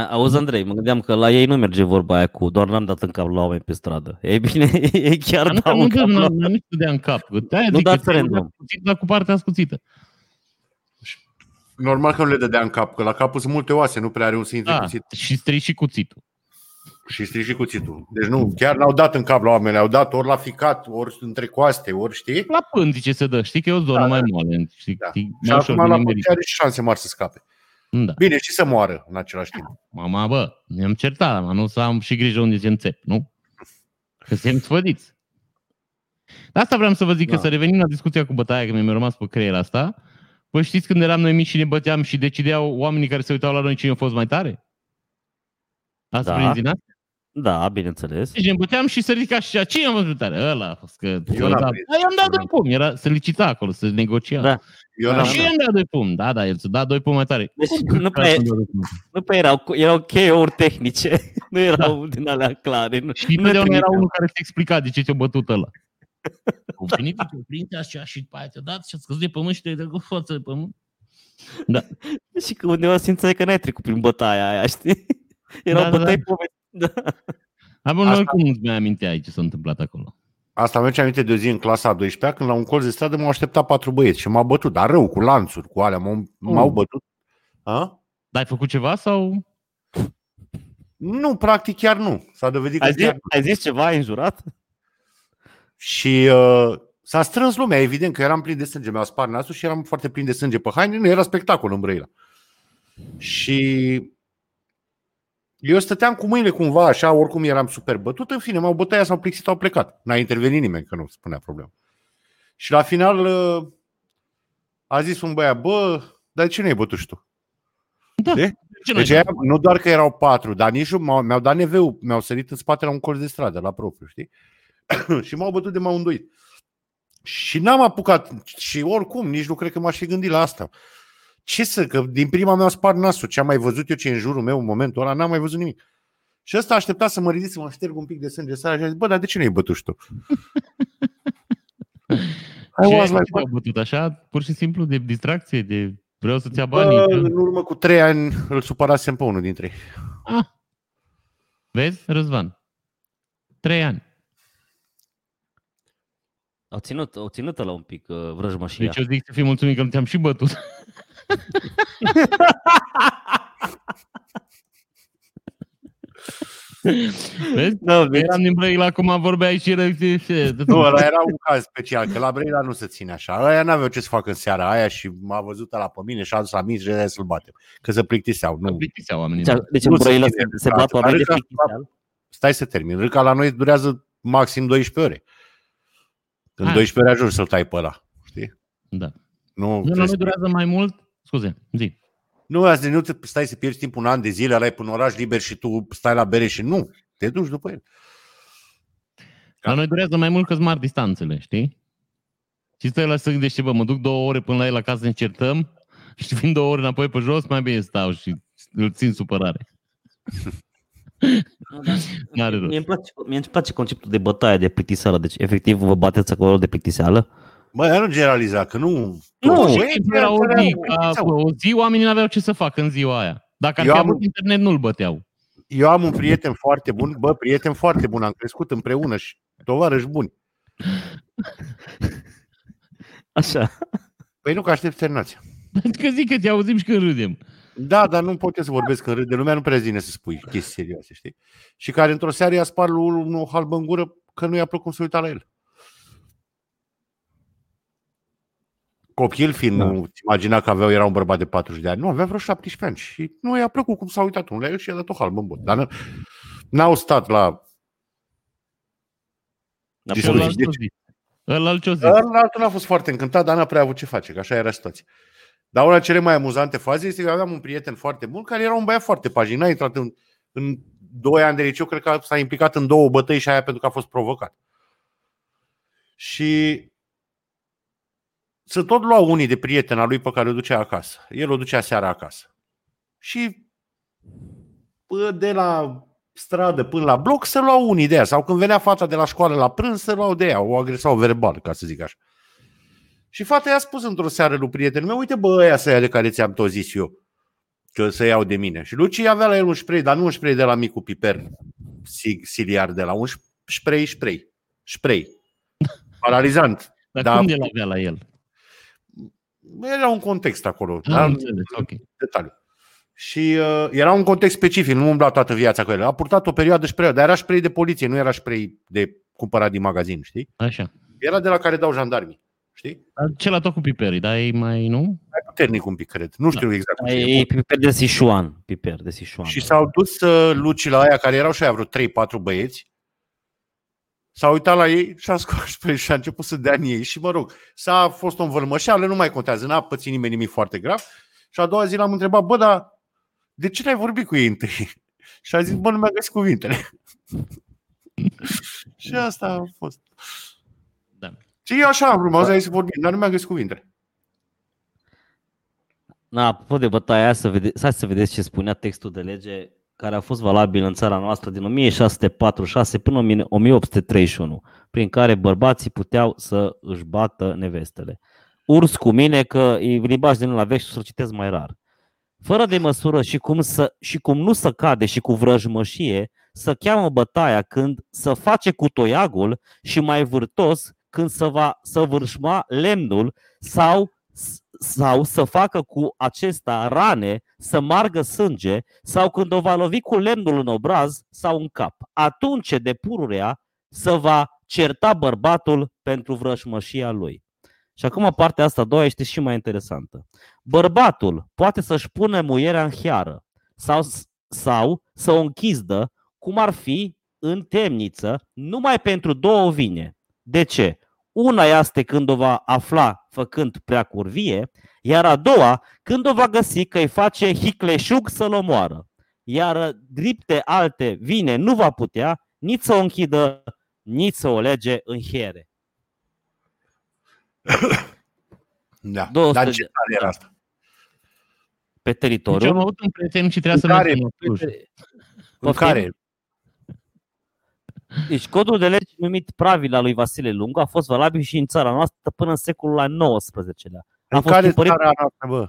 Speaker 3: a- auzi, Andrei, mă gândeam că la ei nu merge vorba aia cu doar n-am dat în cap la oameni pe stradă. Ei bine, ei chiar
Speaker 2: Dar
Speaker 1: Da,
Speaker 2: nu, nu,
Speaker 3: dau în cap
Speaker 2: nu,
Speaker 3: la...
Speaker 2: nu, nu, nu dea în cap. că de-aia
Speaker 3: Nu
Speaker 2: zic
Speaker 3: dați
Speaker 2: că ți-ai
Speaker 3: random.
Speaker 2: dat Cuțit, dar cu partea ascuțită.
Speaker 1: Normal că nu le dădea în cap, că la capul sunt multe oase, nu prea are un să intre
Speaker 2: Da,
Speaker 1: cuțit
Speaker 2: și strici și cuțitul.
Speaker 1: și strici și cuțitul. Deci nu, chiar n-au dat în cap la oameni, au dat ori la ficat, ori între coaste, ori știi?
Speaker 2: La pântice se dă, știi că e o zonă
Speaker 1: Da,
Speaker 2: mai moale. Știi,
Speaker 1: Da.
Speaker 2: da. știi,
Speaker 1: Și
Speaker 2: mai ușor,
Speaker 1: acum la
Speaker 2: nimerită.
Speaker 1: poliție are și șanse mari să scape.
Speaker 2: Da.
Speaker 1: Bine, și să moară în același timp.
Speaker 2: Mama, bă, ne-am certat, mă, nu să am și grijă unde se înțep, nu? Că suntem sfădiți. De asta vreau să vă zic
Speaker 3: Da.
Speaker 2: da. că să revenim la discuția cu bătaia, că mi-a rămas pe creier asta. Păi știți când eram noi mici și ne băteam și decideau oamenii care se uitau la noi cine a fost mai tare? Ați
Speaker 3: Da.
Speaker 2: da. prins din asta?
Speaker 3: Da, bineînțeles.
Speaker 2: Deci ne băteam și se ridica și cine a fost mai tare? Ăla a fost că... Eu
Speaker 1: n-am
Speaker 2: da,
Speaker 1: prins.
Speaker 2: i-am dat doi pumni, era, se licita acolo, se negocia.
Speaker 3: Da.
Speaker 2: Da.
Speaker 1: Eu
Speaker 3: Da,
Speaker 1: n-am
Speaker 2: și eu i-am dat doi pumni, da, da, el ți-a dat doi pumni mai tare.
Speaker 3: Deci
Speaker 2: Cum
Speaker 3: nu
Speaker 2: că
Speaker 3: prea-
Speaker 2: i-am dat doi pumni?
Speaker 3: Nu prea păi erau, erau KO-uri tehnice, nu erau din alea clare. Nu,
Speaker 2: Și
Speaker 3: nu
Speaker 2: totdeauna era
Speaker 3: trimiteau.
Speaker 2: unul care se explica de ce te-a bătut ăla. Au venit, te-a prins așa și după aia te-a dat și a scăzut de pământ și te-ai dat cu față de pământ.
Speaker 3: Și că undeva simțeai că n-ai trecut prin bătaia aia, știi? Erau da,
Speaker 2: Da, da,
Speaker 3: bătăi
Speaker 2: da.
Speaker 3: da, da.
Speaker 2: Am un
Speaker 1: Asta-
Speaker 2: oricum nu-ți mai aminteai ce s-a întâmplat acolo.
Speaker 1: Asta mi-aduce aminte de o zi în clasa a 12-a, când la un colț de stradă m-au așteptat patru băieți și m-au bătut, dar rău, cu lanțuri, cu alea, m-au, m-au bătut. A?
Speaker 2: Dar ai făcut ceva sau?
Speaker 1: Nu, practic chiar nu. S-a dovedit că
Speaker 3: Ai, zis,
Speaker 1: chiar nu.
Speaker 3: ai zis ceva, ai înjurat?
Speaker 1: Și uh, S-a strâns lumea, evident că eram plin de sânge, mi-au spart nasul și eram foarte plin de sânge pe haine, nu era spectacol în Brăila. Și eu stăteam cu mâinile cumva așa, oricum eram super bătut, în fine, m-au bătaia, s-au plixit, au plecat. N-a intervenit nimeni, că nu spunea problema. Și la final uh, a zis un băiat, bă, dar de ce nu-i bătut și tu?
Speaker 2: Da.
Speaker 1: De?
Speaker 2: Ce
Speaker 1: Deci aia, nu doar că erau patru, dar nici nu- m-au, mi-au dat neveu, mi-au sărit în spate la un colț de stradă, la propriu, știi? și m-au bătut de m-au îndoit. Și n-am apucat, și oricum, nici nu cred că m-aș fi gândit la asta. Ce să, că din prima mea spart nasul, ce am mai văzut eu ce e în jurul meu în momentul ăla, n-am mai văzut nimic. Și ăsta aștepta să mă ridic, să mă șterg un pic de sânge sare și a zis, bă, dar de ce nu-i bătut și tu? I
Speaker 2: Ce,
Speaker 1: was
Speaker 2: ce
Speaker 1: like,
Speaker 2: te-a bătut așa? Pur și simplu de distracție, de vreau să-ți ia banii. da.
Speaker 1: bă,
Speaker 2: vreau-
Speaker 1: în urmă cu trei ani îl supărasem pe unul dintre ei.
Speaker 2: Vezi, Răzvan? Trei ani.
Speaker 3: Au ținut, au ținut la un pic uh, vrăjmășia.
Speaker 2: Deci eu zic să fii mulțumit că nu te-am și bătut. Vezi?
Speaker 3: Da,
Speaker 2: Eram din Brăila, acum vorbeai și rău.
Speaker 1: Deci- Nu, ăla era un caz special, că la Brăila nu se ține așa. Aia n-aveau ce să facă în seara aia și m-a văzut la pe mine și a dus la mine și de-aia să-l batem. Că se plictiseau. Nu.
Speaker 2: Plictiseau oamenii.
Speaker 3: Deci, deci în
Speaker 1: Nu se
Speaker 3: Brăila se,
Speaker 1: ține
Speaker 3: se
Speaker 1: niciodată,
Speaker 3: bat oameni de
Speaker 1: dar râca-
Speaker 3: plictiseală.
Speaker 1: Stai să termin. Râca la noi durează maxim 12 ore. În
Speaker 2: Ah.
Speaker 1: 12 ore ajungi să-l tai pe ăla. Știi?
Speaker 2: Da.
Speaker 1: Nu,
Speaker 2: Nu,
Speaker 1: trebuie
Speaker 2: nu
Speaker 1: să-
Speaker 2: durează mai mult. Scuze, zi.
Speaker 1: nu, azi nu te stai să pierzi timp un an de zile, ăla e pe un oraș liber și tu stai la bere și nu. Te duci după el.
Speaker 2: La noi durează mai mult că sunt mari distanțele, știi? Și stai la să gândești, bă, mă duc două ore până la el acasă să ne certăm și vin două ore înapoi pe jos, mai bine stau și îl țin supărare. Da,
Speaker 3: Nu, dar-
Speaker 2: N-are rost.
Speaker 3: Mie îmi place, mie îmi place conceptul de bătaie de plictiseală. Deci efectiv vă bateți acolo de plictiseală.
Speaker 1: Bă, nu generaliza, că nu...
Speaker 3: Nu,
Speaker 1: Bă,
Speaker 2: Și
Speaker 1: băieți,
Speaker 2: era o
Speaker 1: erau-
Speaker 2: zi, ca, o zi oamenii n-aveau ce să facă în ziua aia. Dacă ar
Speaker 1: Eu
Speaker 2: fi
Speaker 1: am-
Speaker 2: avut internet, nu-l băteau.
Speaker 1: Eu am un prieten foarte bun, bă, prieten foarte bun, am crescut împreună și tovarăși buni.
Speaker 3: Așa.
Speaker 1: Păi nu că aștept terminația.
Speaker 2: Că zic Adică că te auzim și când râdem.
Speaker 1: Da, dar nu pot eu să vorbesc în râd de lumea, nu prea zine să spui chestii serioase, știi? Și care într-o seară i-a spart lui unul o halbă în gură că nu i-a plăcut să uita la el. Copil fiind,
Speaker 3: Da.
Speaker 1: da. nu imagina că avea, era un bărbat de 40 de ani. Nu, avea vreo 17 ani și nu i-a plăcut cum s-a uitat unul la el și i-a dat o halbă în bot. Dar n- n-au stat la...
Speaker 3: Dar
Speaker 1: Deci Da.
Speaker 2: Și ăla
Speaker 1: Discuții.
Speaker 3: povesti-
Speaker 2: ce-o zis? Ăla ce-o zis?
Speaker 1: Dar altul n-a fost foarte încântat, dar n-a prea avut ce face, că așa era situația. Dar una cele mai amuzante faze este că aveam un prieten foarte bun care era un băiat foarte pagina, a intrat în, în 2 ani de liceu, cred că s-a implicat în două bătăi și aia pentru că a fost provocat. Și să tot lua unii de prietena lui pe care o ducea acasă. El o ducea seara acasă. Și pă, de la stradă până la bloc să luau unii de ea. Sau când venea fata de la școală la prânz să luau de ea. O agresau verbal, ca să zic așa. Și fata i-a spus într-o seară lui prietenul meu, uite bă, ăia să ia de care ți-am tot zis eu, că să iau de mine. Și Luci avea la el un spray, dar nu un spray de la micul piper sig- siliar de la un ș- spray, spray, spray, paralizant.
Speaker 2: Dar
Speaker 1: da.
Speaker 2: cum el avea la el?
Speaker 1: Era un context acolo.
Speaker 2: Am
Speaker 1: dar-
Speaker 2: înțeles, ok.
Speaker 1: detaliu. Și uh, era un context specific, nu umbla toată viața cu el. A purtat o perioadă spre dar era spray de poliție, nu era spray de cumpărat din magazin, știi?
Speaker 2: Așa.
Speaker 1: Era de la care dau jandarmii, știi?
Speaker 2: Dar Ce la tot cu piperii, dar e mai, nu?
Speaker 1: Mai puternic un pic, cred. Nu știu exact cum
Speaker 3: E, e
Speaker 1: e.
Speaker 3: piper de Sișuan. Piper de Sișuan.
Speaker 1: Și s-au dus uh, Luci la aia, care erau și aia vreo 3-4 băieți, S-a uitat la ei și a scos spre și a început să dea în ei și mă rog, s-a fost o învălmășeală, nu mai contează, n-a pățit nimeni nimic foarte grav. Și a doua zi l-am întrebat, bă, dar de ce n-ai vorbit cu ei întâi? Și a zis, bă, nu mi-a găsit cuvintele. și asta a fost.
Speaker 2: Da.
Speaker 1: Și eu așa am vrut, da. să vorbim, dar nu mi-a găsit cuvintele.
Speaker 3: Na, apropo de bătaia aia, să vede- hai să vedeți ce spunea textul de lege care a fost valabil în țara noastră din 1646 până în 1831, prin care bărbații puteau să își bată nevestele. Urs cu mine că e limbaj din la vechi și să-l citesc mai rar. Fără de măsură și cum, să, și cum nu să cade și cu vrăjmășie, să cheamă bătaia când să face cu toiagul și mai vârtos când să va săvârșma lemnul sau sau să facă cu acesta rane, să margă sânge, sau când o va lovi cu lemnul în obraz sau în cap. Atunci de pururea să va certa bărbatul pentru vrășmășia lui. Și acum partea asta a doua este și mai interesantă. Bărbatul poate să-și pune muierea în hiară sau, sau să o închizdă, cum ar fi în temniță, numai pentru două vine. De ce? Una este când o va afla făcând prea curvie, iar a doua când o va găsi că îi face hicleșug să-l omoară. Iar dripte alte vine nu va putea nici să o închidă, nici să o lege în hiere.
Speaker 1: Da,
Speaker 3: 200
Speaker 1: dar
Speaker 3: de-
Speaker 1: în ce țară era asta?
Speaker 3: Pe
Speaker 2: Deci am
Speaker 3: teritoriul
Speaker 2: avut un prieten și trebuia să
Speaker 1: Care?
Speaker 2: mergem la Cluj.
Speaker 1: În
Speaker 3: Poftim?
Speaker 1: care?
Speaker 3: Deci codul de lege numit Pravila lui Vasile Lungu a fost valabil și în țara noastră până în secolul al XIX-lea. A
Speaker 1: În
Speaker 3: fost
Speaker 1: care
Speaker 3: tipărit-
Speaker 1: țara noastră, bă?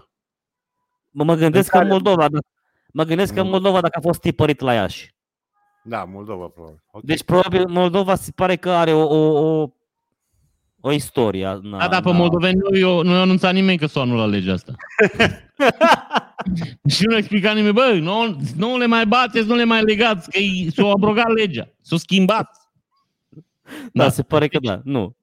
Speaker 3: Mă, mă gândesc
Speaker 1: În care?
Speaker 3: că în
Speaker 1: Mm.
Speaker 3: Moldova, dacă- mă gândesc că în Moldova dacă a fost tipărit la Iași.
Speaker 1: Da, Moldova, probabil. Okay.
Speaker 3: Deci probabil Moldova se pare că are o, o, o, o istorie. Na,
Speaker 2: Da, da, pe moldoveni nu, eu, nu i-a anunțat nimeni că s-a anulat legea asta. și nu a explicat nimeni, bă, nu, nu le mai bateți, nu le mai legați, că i- s-a abrogat legea, s-a schimbat.
Speaker 3: Da,
Speaker 2: Da.
Speaker 3: se pare că da. Nu.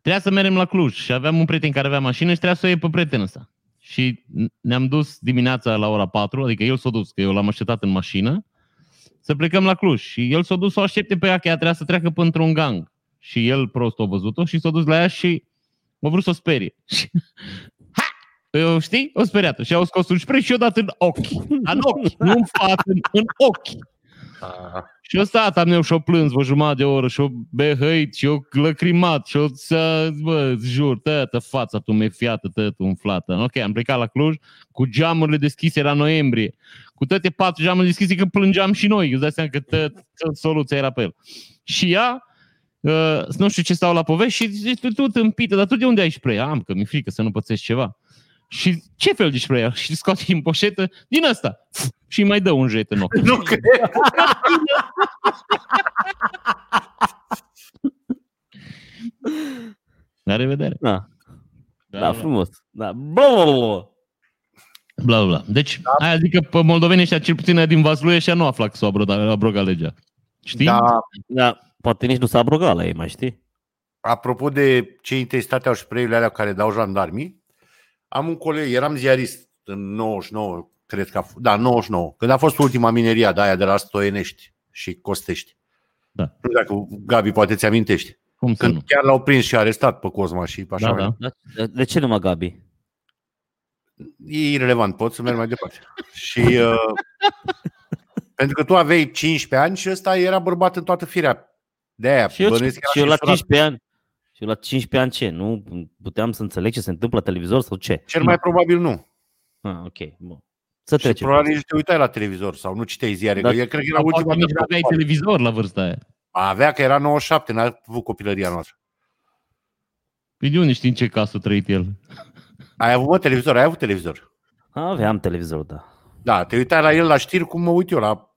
Speaker 2: Trebuia să mergem la Cluj și aveam un prieten care avea mașină și trebuia să o iei pe prietenul ăsta. Și ne-am dus dimineața la ora 4, adică el s-a dus, că eu l-am așteptat în mașină, să plecăm la Cluj. Și el s-a dus să o aștepte pe ea, că ea trebuia să treacă pe într-un gang. Și el prost a văzut-o și s-a dus la ea și m-a vrut să o sperie. Și- ha! Eu, știi? O speriat și au scos un spray și o dat în ochi. În ochi, nu în față, în, în ochi. Și eu stat, am eu și-o plâns vă jumătate de oră și-o behăit și-o lăcrimat și-o să, bă, îți jur, tătă fața tu mi-e fiată, tătă umflată. Ok, am plecat la Cluj cu geamurile deschise, era noiembrie. Cu toate patru geamurile deschise că plângeam și noi. Îți dai seama că tă, tă, soluția era pe el. Și ea, uh, nu știu ce stau la povești și zice, tu, tu tâmpită, dar tu de unde ai spray? Am, că mi-e frică să nu pățesc ceva. Și ce fel de spray? Și scoate din poșetă, din asta. Și îi mai dă un jet în ochi.
Speaker 1: Nu cred.
Speaker 2: La revedere.
Speaker 3: Da, da, da frumos. Da. Bă, bă, bă.
Speaker 2: Bla, bla, bla. Deci, da. aia adică pe moldovenii ăștia, cel puțin aia din Vaslui, ăștia nu afla că s-o abroga, abroga legea. Știi?
Speaker 1: Da,
Speaker 3: Da, poate nici nu s-a abrogat la ei, mai știi?
Speaker 1: apropo de ce intensitate au spray-urile alea care dau jandarmii, am un coleg, eram ziarist în 99, cred că a f- da, 99, când a fost ultima mineria de aia de la Stoienești și Costești.
Speaker 2: Da.
Speaker 1: Nu știu dacă, Gabi, poate ți amintești.
Speaker 2: Cum să
Speaker 1: Când
Speaker 2: nu?
Speaker 1: chiar l-au prins și arestat pe Cosma și pe așa.
Speaker 2: Da,
Speaker 1: mai
Speaker 2: da.
Speaker 3: Da. De- De ce numai Gabi?
Speaker 1: e irrelevant, pot să merg mai departe. Și uh, pentru că tu aveai 15 ani și ăsta era bărbat în toată firea. De aia,
Speaker 3: Și eu,
Speaker 1: bănuiesc că
Speaker 3: și eu
Speaker 1: era
Speaker 3: la
Speaker 1: censurat.
Speaker 3: 15 ani. Și eu la 15 ani ce? Nu puteam să înțeleg ce se întâmplă la televizor sau ce?
Speaker 1: Cel mai probabil nu.
Speaker 3: Ah, ok. Bun. Să
Speaker 1: Și
Speaker 3: trecem. Da.
Speaker 1: probabil nici nu te uitai la televizor sau nu citeai ziare.
Speaker 3: Dar-
Speaker 1: Dar, eu cred că era
Speaker 2: Sau
Speaker 1: ultima
Speaker 2: poate nici nu
Speaker 1: dată.
Speaker 2: aveai televizor la vârsta aia.
Speaker 1: Avea că era 97, n-a avut copilăria noastră.
Speaker 2: Păi de unde știi în ce casă a trăit el?
Speaker 1: Ai avut mă, televizor, ai avut televizor.
Speaker 3: Ah, Aveam televizor, da.
Speaker 1: Da, te uitai la el la știri cum mă uit eu la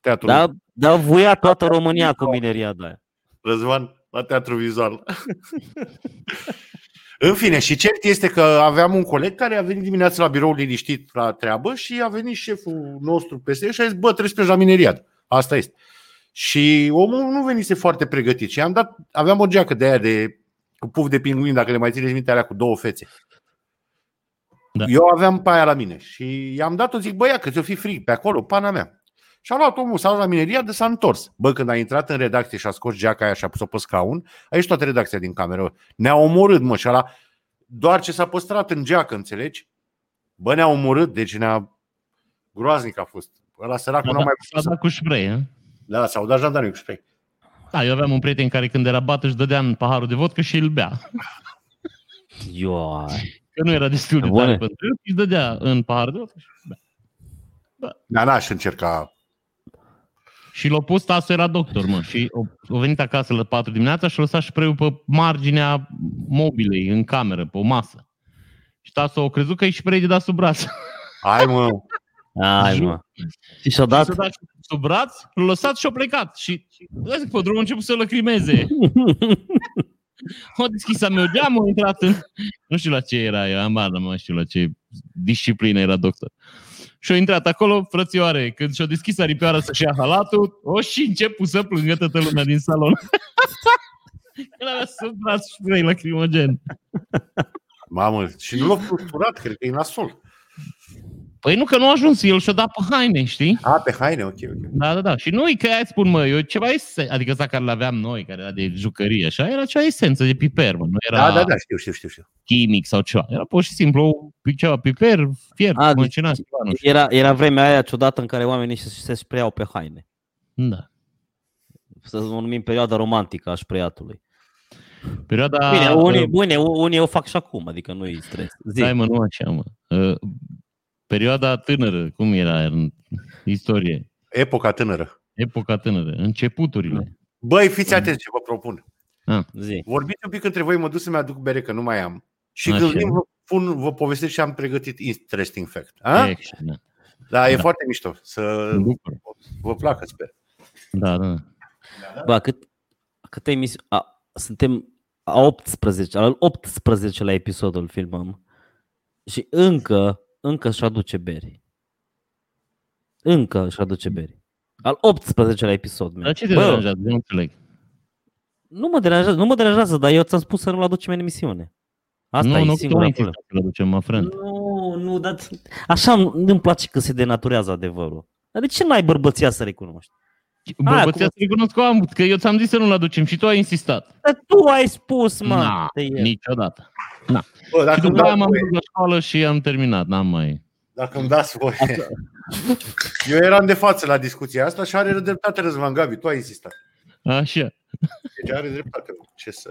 Speaker 1: teatru.
Speaker 3: Dar da, voia toată România cu mineria de aia.
Speaker 1: Răzvan, la teatru vizual. În fine, și cert este că aveam un coleg care a venit dimineața la birou liniștit la treabă și a venit șeful nostru peste el și a zis, bă, trebuie să pleci la mineriat. Asta este. Și omul nu venise foarte pregătit și am dat, aveam o geacă de aia de cu puf de pinguin, dacă le mai țineți minte, alea cu două fețe.
Speaker 2: Da.
Speaker 1: Da. Eu aveam pe aia la mine și i-am dat-o, zic, băia, că ți-o fi frig pe acolo, pana mea. Și a luat omul, s-a dus la mineria, de s-a întors. Bă, când a intrat în redacție și a scos geaca aia și a pus-o pe scaun, a ieșit toată redacția din cameră. Ne-a omorât, mă, și ala, doar ce s-a păstrat în geacă, înțelegi? Bă, ne-a omorât, deci ne-a... Groaznic a fost. Ăla săracul
Speaker 2: S-a
Speaker 1: n-a mai
Speaker 2: dat-
Speaker 1: putut
Speaker 2: S-a
Speaker 1: să
Speaker 2: dat cu spray, hă?
Speaker 1: da, s-au dat jandarmii cu spray.
Speaker 2: Da, eu aveam un prieten care când era bat își dădea în paharul de vodcă și îl bea.
Speaker 3: Ioi.
Speaker 2: Că nu era destul de
Speaker 3: Bune.
Speaker 2: tare pentru el, își dădea în paharul de vodcă și îl bea.
Speaker 1: Dar Da, n-aș încerca.
Speaker 2: Și l-a pus, tasul era doctor, mă. Și a, a venit acasă la 4 dimineața și a lăsat spray pe marginea mobilei, în cameră, pe o masă. Și tasul a crezut că e spray de dat sub braț.
Speaker 1: Hai mă,
Speaker 3: Ai,
Speaker 2: Ju-
Speaker 3: mă. Și și-a dat?
Speaker 2: S-a dat sub braț, l-a lăsat și a plecat. Și vezi că pe drum a început să lăcrimeze. O deschis a meu geamul, a intrat în... Nu știu la ce era, eu am nu mai știu la ce disciplină era doctor. Și a intrat acolo, frățioare, când și-a deschis aripioara să-și ia halatul, o și început să plângă toată lumea din salon. El avea sub braț și spray lacrimogen.
Speaker 1: Mamă, și nu l-a fluturat, cred că e nasol.
Speaker 2: Păi nu, că nu a ajuns, el și-a dat pe haine, știi?
Speaker 1: A, pe haine, ok, ok.
Speaker 2: Da, da, da. Și nu e că aia spun, mă, eu ceva esen... adică ăsta care l-aveam noi, care era de jucărie, așa, era cea esență de piper, mă, nu era
Speaker 1: Da, da, da, știu, știu, știu. știu.
Speaker 2: chimic sau ceva. Era pur și simplu ceva piper, fiert,
Speaker 3: A,
Speaker 2: a,
Speaker 3: deci-
Speaker 2: măcinat, ceva, nu știu.
Speaker 3: Era, era vremea aia ciudată în care oamenii se, se spreau pe haine.
Speaker 2: Da.
Speaker 3: Să o numim perioada romantică a spreiatului.
Speaker 2: Perioada...
Speaker 3: Bine, unii, bune, unii o fac și acum, adică nu-i stres. Zi.
Speaker 2: Stai mă, nu așa, mă. Uh, Perioada tânără, cum era în istorie?
Speaker 1: Epoca tânără.
Speaker 2: Epoca tânără, începuturile.
Speaker 1: Băi,
Speaker 2: Mm.
Speaker 1: fiți atenți ce vă propun.
Speaker 3: Zi.
Speaker 1: Vorbiți un pic între voi, mă duc să-mi aduc bere, că nu mai am. Și
Speaker 2: Așa.
Speaker 1: când vin, vă, pun, vă povestesc și am pregătit interesting fact.
Speaker 3: Ah?
Speaker 1: A?
Speaker 2: Excelent.
Speaker 1: Da, e
Speaker 2: Exact. da.
Speaker 1: foarte mișto. Să
Speaker 2: Mă bucur.
Speaker 1: vă placă, sper.
Speaker 2: Da, da.
Speaker 3: Ba, cât, câte emisiuni... A, suntem a 18, al 18 la episodul filmăm și încă, încă își aduce beri. Încă își aduce beri. Al 18 la episod. man.
Speaker 2: Dar ce te
Speaker 3: Bă,
Speaker 2: deranjează? Nu înțeleg.
Speaker 3: Nu mă deranjează, nu mă deranjează, dar eu ți-am spus să nu-l aducem în emisiune. Asta
Speaker 2: nu,
Speaker 3: e
Speaker 2: nu, tu
Speaker 3: singura
Speaker 2: ai
Speaker 3: problemă.
Speaker 2: insistat să-l aducem, mă, friend.
Speaker 3: Nu, nu, dar așa îmi- nu-mi place că se denaturează adevărul. Dar de ce n-ai bărbăția să recunoști?
Speaker 2: Bă,
Speaker 3: Hai,
Speaker 2: bă,
Speaker 3: Ah, acum-
Speaker 2: ți-a să recunosc că am, că eu ți-am zis să nu-l aducem și tu ai insistat.
Speaker 3: Dar tu ai spus, mă!
Speaker 2: Na,
Speaker 3: te iert.
Speaker 2: niciodată.
Speaker 1: Bă,
Speaker 2: și
Speaker 1: dacă îmi
Speaker 2: după aia
Speaker 1: dați
Speaker 2: m-am
Speaker 1: voie,
Speaker 2: dus la școală și am terminat, n-am mai...
Speaker 1: dacă îmi dați voie. Eu eram de față la discuția asta și are dreptate Răzvan Gabi, tu ai insistat.
Speaker 2: Așa.
Speaker 1: Deci are dreptate. mă. Ce să...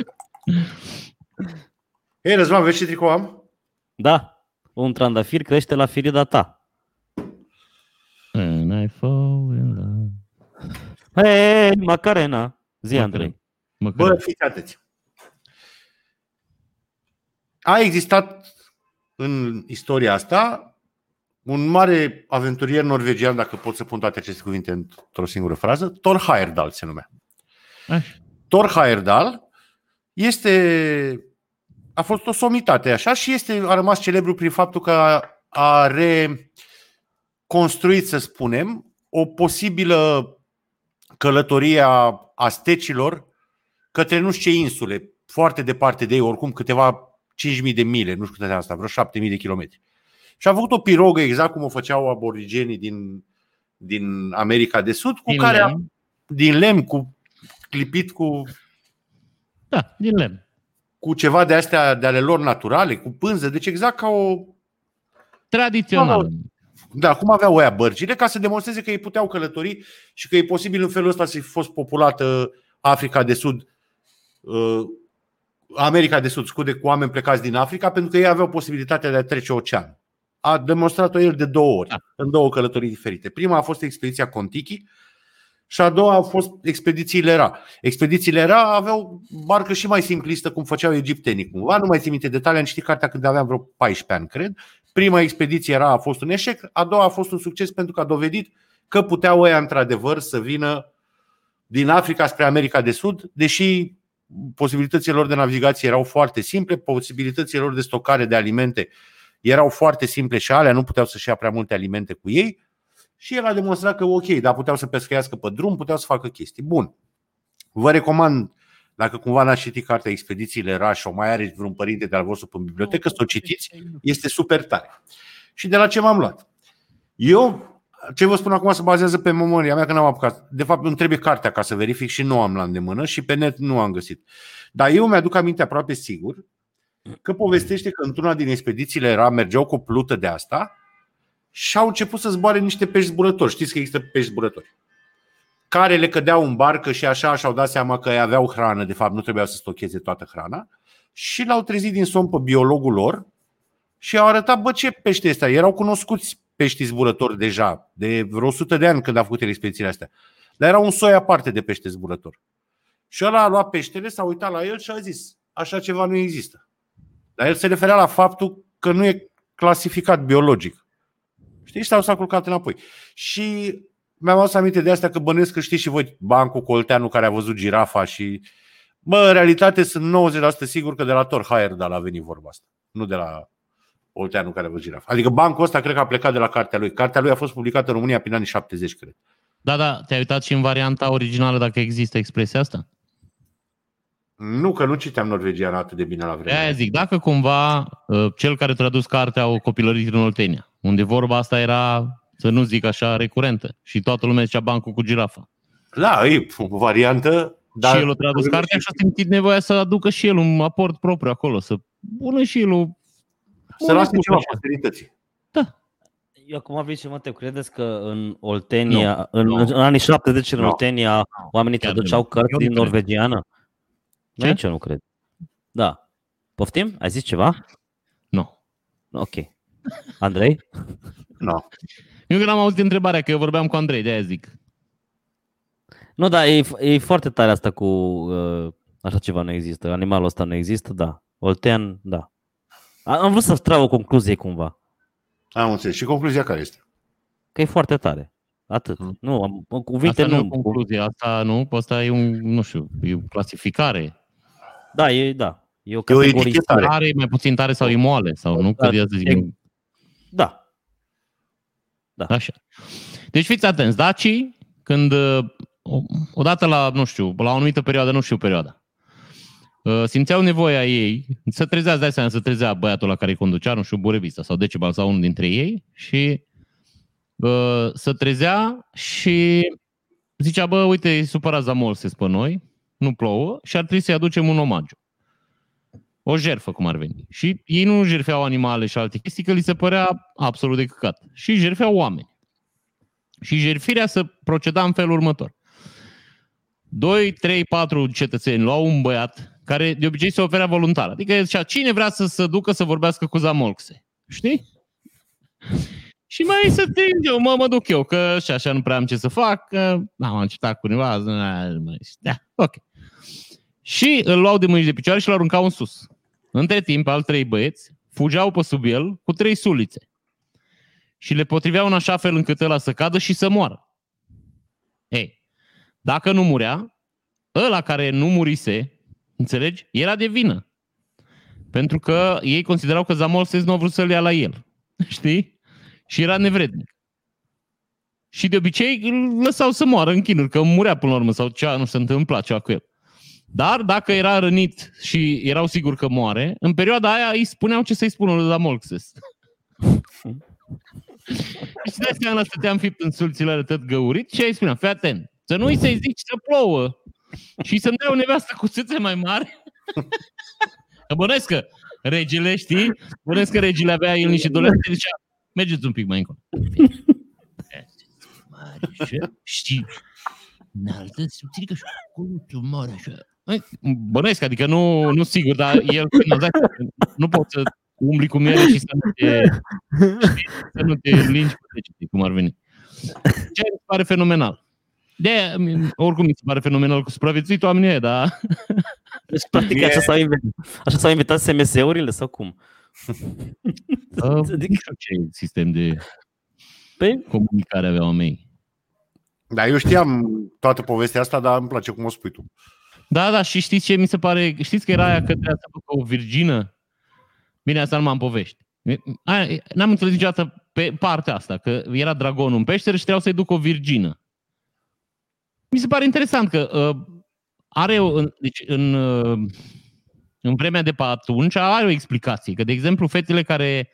Speaker 1: Hei, Răzvan, vezi ce tricou am?
Speaker 3: Da, un trandafir crește la firida ta.
Speaker 2: And I fall in love.
Speaker 3: Hei, Macarena! Zi,
Speaker 2: Macarena.
Speaker 3: Andrei.
Speaker 2: Mă,
Speaker 1: Bă,
Speaker 2: Bă,
Speaker 1: fiți atenți. A existat în istoria asta un mare aventurier norvegian, dacă pot să pun toate aceste cuvinte într-o singură frază, Thor Heyerdahl se numea.
Speaker 2: așa.
Speaker 1: Thor Heyerdahl este a fost o somitate așa și este a rămas celebru prin faptul că a, a reconstruit, să spunem, o posibilă călătorie a astecilor către nu știu ce insule, foarte departe de ei, oricum câteva 5.000 de mile, nu știu câte de asta, vreo 7.000 de kilometri. Și a făcut o pirogă exact cum o făceau aborigenii din, din America de Sud, cu
Speaker 2: Din
Speaker 1: care a,
Speaker 2: lemn.
Speaker 1: din lemn, cu clipit cu
Speaker 2: Da, din lemn.
Speaker 1: cu ceva de astea de ale lor naturale, cu pânză, deci exact ca o...
Speaker 2: Tradițional.
Speaker 1: Da, cum aveau oia bărcile, ca să demonstreze că ei puteau călători și că e posibil în felul ăsta să fi fost populată Africa de Sud, uh, America de Sud, scude, cu oameni plecați din Africa, pentru că ei aveau posibilitatea de a trece ocean. A demonstrat-o el de două ori,
Speaker 2: Da.
Speaker 1: în două călătorii diferite. Prima a fost expediția Contiki și a doua a fost expedițiile Ra. Expedițiile Ra aveau barcă și mai simplistă, cum făceau egiptenii cumva. Nu mai țin minte detalii, am citit cartea când aveam vreo 14 ani, cred. Prima expediție Ra a fost un eșec, a doua a fost un succes pentru că a dovedit că puteau ăia într-adevăr să vină din Africa spre America de Sud, deși posibilitățile lor de navigație erau foarte simple, posibilitățile lor de stocare de alimente erau foarte simple și alea, nu puteau să-și ia prea multe alimente cu ei și el a demonstrat că ok, dar puteau să pescuiască pe drum, puteau să facă chestii. Bun. Vă recomand, dacă cumva n-ați citit cartea Expedițiile Raș, o mai are vreun părinte de-al vostru în bibliotecă, să o citiți, este super tare. Și de la ce m-am luat? Eu, ce vă spun acum se bazează pe memoria mea, că n-am apucat. De fapt, îmi trebuie cartea ca să verific și nu am la îndemână și pe net nu am găsit. Dar eu mi-aduc aminte aproape sigur că povestește că într-una din expedițiile era, mergeau cu o plută de asta și au început să zboare niște pești zburători. Știți că există pești zburători care le cădeau în barcă și așa și-au dat seama că aveau hrană, de fapt nu trebuiau să stocheze toată hrana și l-au trezit din somn pe biologul lor, și au arătat, bă, ce pește ăsta. Erau cunoscuți peștii zburători deja, de vreo 100 de ani când a făcut el expedițiile astea. Dar era un soi aparte de pește zburător. Și ăla a luat peștele, s-a uitat la el și a zis, așa ceva nu există. Dar el se referea la faptul că nu e clasificat biologic. Știi? Și s-au s-a culcat înapoi. Și mi-am adus aminte de asta că bănuiesc că știți și voi bancul Colteanu care a văzut girafa și... Bă, în realitate sunt 90% sigur că de la Thor Heyerdahl a venit vorba asta. Nu de la Olteanu care a văzut girafa. Adică bancul ăsta cred că a plecat de la cartea lui. Cartea lui a fost publicată în România prin anii 70, cred.
Speaker 2: Da, da, te-ai uitat și în varianta originală dacă există expresia asta?
Speaker 1: Nu, că nu citeam norvegian atât de bine la vremea.
Speaker 2: Aia zic, dacă cumva uh, cel care a tradus cartea o copilărit în Oltenia, unde vorba asta era, să nu zic așa, recurentă și toată lumea zicea bancul cu girafa.
Speaker 1: Da, e o variantă,
Speaker 2: Dar
Speaker 1: dar
Speaker 2: și el a tradus cartea și a simțit nevoia să aducă și el un aport propriu acolo, să pună și el o...
Speaker 1: să
Speaker 2: un
Speaker 1: lase
Speaker 2: lucru
Speaker 1: ceva
Speaker 2: așa.
Speaker 1: posterității.
Speaker 3: Eu acum vin și mă întreb, credeți că în Oltenia, no, în,
Speaker 2: nu.
Speaker 3: no, în anii 70 în
Speaker 1: Nu.
Speaker 3: Oltenia, oamenii
Speaker 2: Chiar
Speaker 3: traduceau
Speaker 2: nu. Eu
Speaker 3: cărți
Speaker 2: nu
Speaker 3: din
Speaker 2: cred.
Speaker 3: norvegiană?
Speaker 2: Ce?
Speaker 3: Nici eu nu cred. Da. Poftim? Ai zis ceva?
Speaker 2: Nu.
Speaker 3: Ok. Andrei?
Speaker 1: No.
Speaker 2: Eu că n-am auzit întrebarea, că eu vorbeam cu Andrei, de-aia zic.
Speaker 3: Nu, dar e, e foarte tare asta cu uh, așa ceva nu există. Animalul ăsta nu există, da. Oltean, da. A- Am vrut să trag o concluzie cumva.
Speaker 1: Am înțeles. Și concluzia care este?
Speaker 3: Că e foarte tare. Atât.
Speaker 1: Mhm.
Speaker 3: Nu, am, cu
Speaker 2: Asta
Speaker 3: cuvinte
Speaker 2: nu e o
Speaker 3: nu.
Speaker 2: concluzie, asta nu, asta e un, nu știu, e o clasificare.
Speaker 3: Da, e, da. E o
Speaker 1: E o
Speaker 3: categorie.
Speaker 1: etichetare.
Speaker 2: Tare, e mai puțin tare sau e moale, sau
Speaker 1: Exact.
Speaker 2: nu, că de asta zic, nu.
Speaker 3: Da.
Speaker 2: Așa. Deci fiți atenți, dacii, când uh, o- odată la, nu știu, la o anumită perioadă, nu știu perioada, uh, simțeau nevoia ei să trezea, îți dai seama, să trezea băiatul la care îi conducea, nu știu, Burevista sau Decebal sau unul dintre ei și uh, să trezea și zicea, bă, uite, e supărat Zamolses pe noi, nu plouă și ar trebui să-i aducem un omagiu. O jerfă, cum ar veni. Și ei nu jerfeau animale și alte chestii, că li se părea absolut de căcat. Și jerfeau oameni. Și jerfirea să proceda în felul următor. 2, 3, 4 cetățeni luau un băiat care de obicei se oferea voluntar. Adică el zicea, cine vrea să se ducă să vorbească cu Zamolxe? Știi? Și mai să te eu, mă, mă duc eu, că și așa nu prea am ce să fac, că am încetat cu cineva, zi, na, nu mai știu. da, ok. Și îl luau de mâini și de picioare și îl aruncau în sus. Între timp, al trei băieți fugeau pe sub el cu trei sulițe și le potriveau în așa fel încât ăla să cadă și să moară. Ei, dacă nu murea, ăla care nu murise, înțelegi, era de vină. Pentru că ei considerau că Zamolses nu a vrut să-l ia la el. Știi? Și era nevrednic. Și de obicei îl lăsau să moară în chinuri, că murea până la urmă sau cea, nu se întâmpla ceva cu el. Dar dacă era rănit și erau siguri că moare, în perioada aia îi spuneau ce să-i spună lui Zamolxes. Și de seama la stăteam fipt în sulțile alea tot găurit și ai spuneam, fii atent, să nu-i să-i zici să plouă și să-mi dea o nevastă cu țâțe mai mare. că bănuiesc că regele, știi? Bănuiesc că regele avea el niște dolari și zicea, mergeți un pic mai încolo. și înaltă, subțirică și acolo te moară așa. Bănuiesc, adică nu, nu sigur, dar el când a dat, nu poți să umbli cu miere și să nu te să nu te lingi cu degete, cum ar veni. Ce mi se pare fenomenal. De oricum mi se pare fenomenal cu supraviețuit oamenii ăia, dar
Speaker 3: Deci, practic,
Speaker 1: E-
Speaker 3: așa s-au inventat, așa s-au inventat SMS-urile sau cum?
Speaker 2: uh, nu
Speaker 3: Adică-
Speaker 2: știu ce sistem de
Speaker 3: Păi,
Speaker 2: comunicare avea oamenii.
Speaker 1: Da, eu știam toată povestea asta, dar îmi place cum o spui tu.
Speaker 2: Da, da, și știți ce mi se pare? Știți că era aia că trebuia să ducă o virgină? Bine, asta nu m-am povești. Aia, n-am înțeles niciodată pe partea asta, că era dragonul în peșteră și trebuia să-i ducă o virgină. Mi se pare interesant că uh, are, o- în- deci în, uh, în vremea de pe atunci, are o explicație. Că, de exemplu, fetele care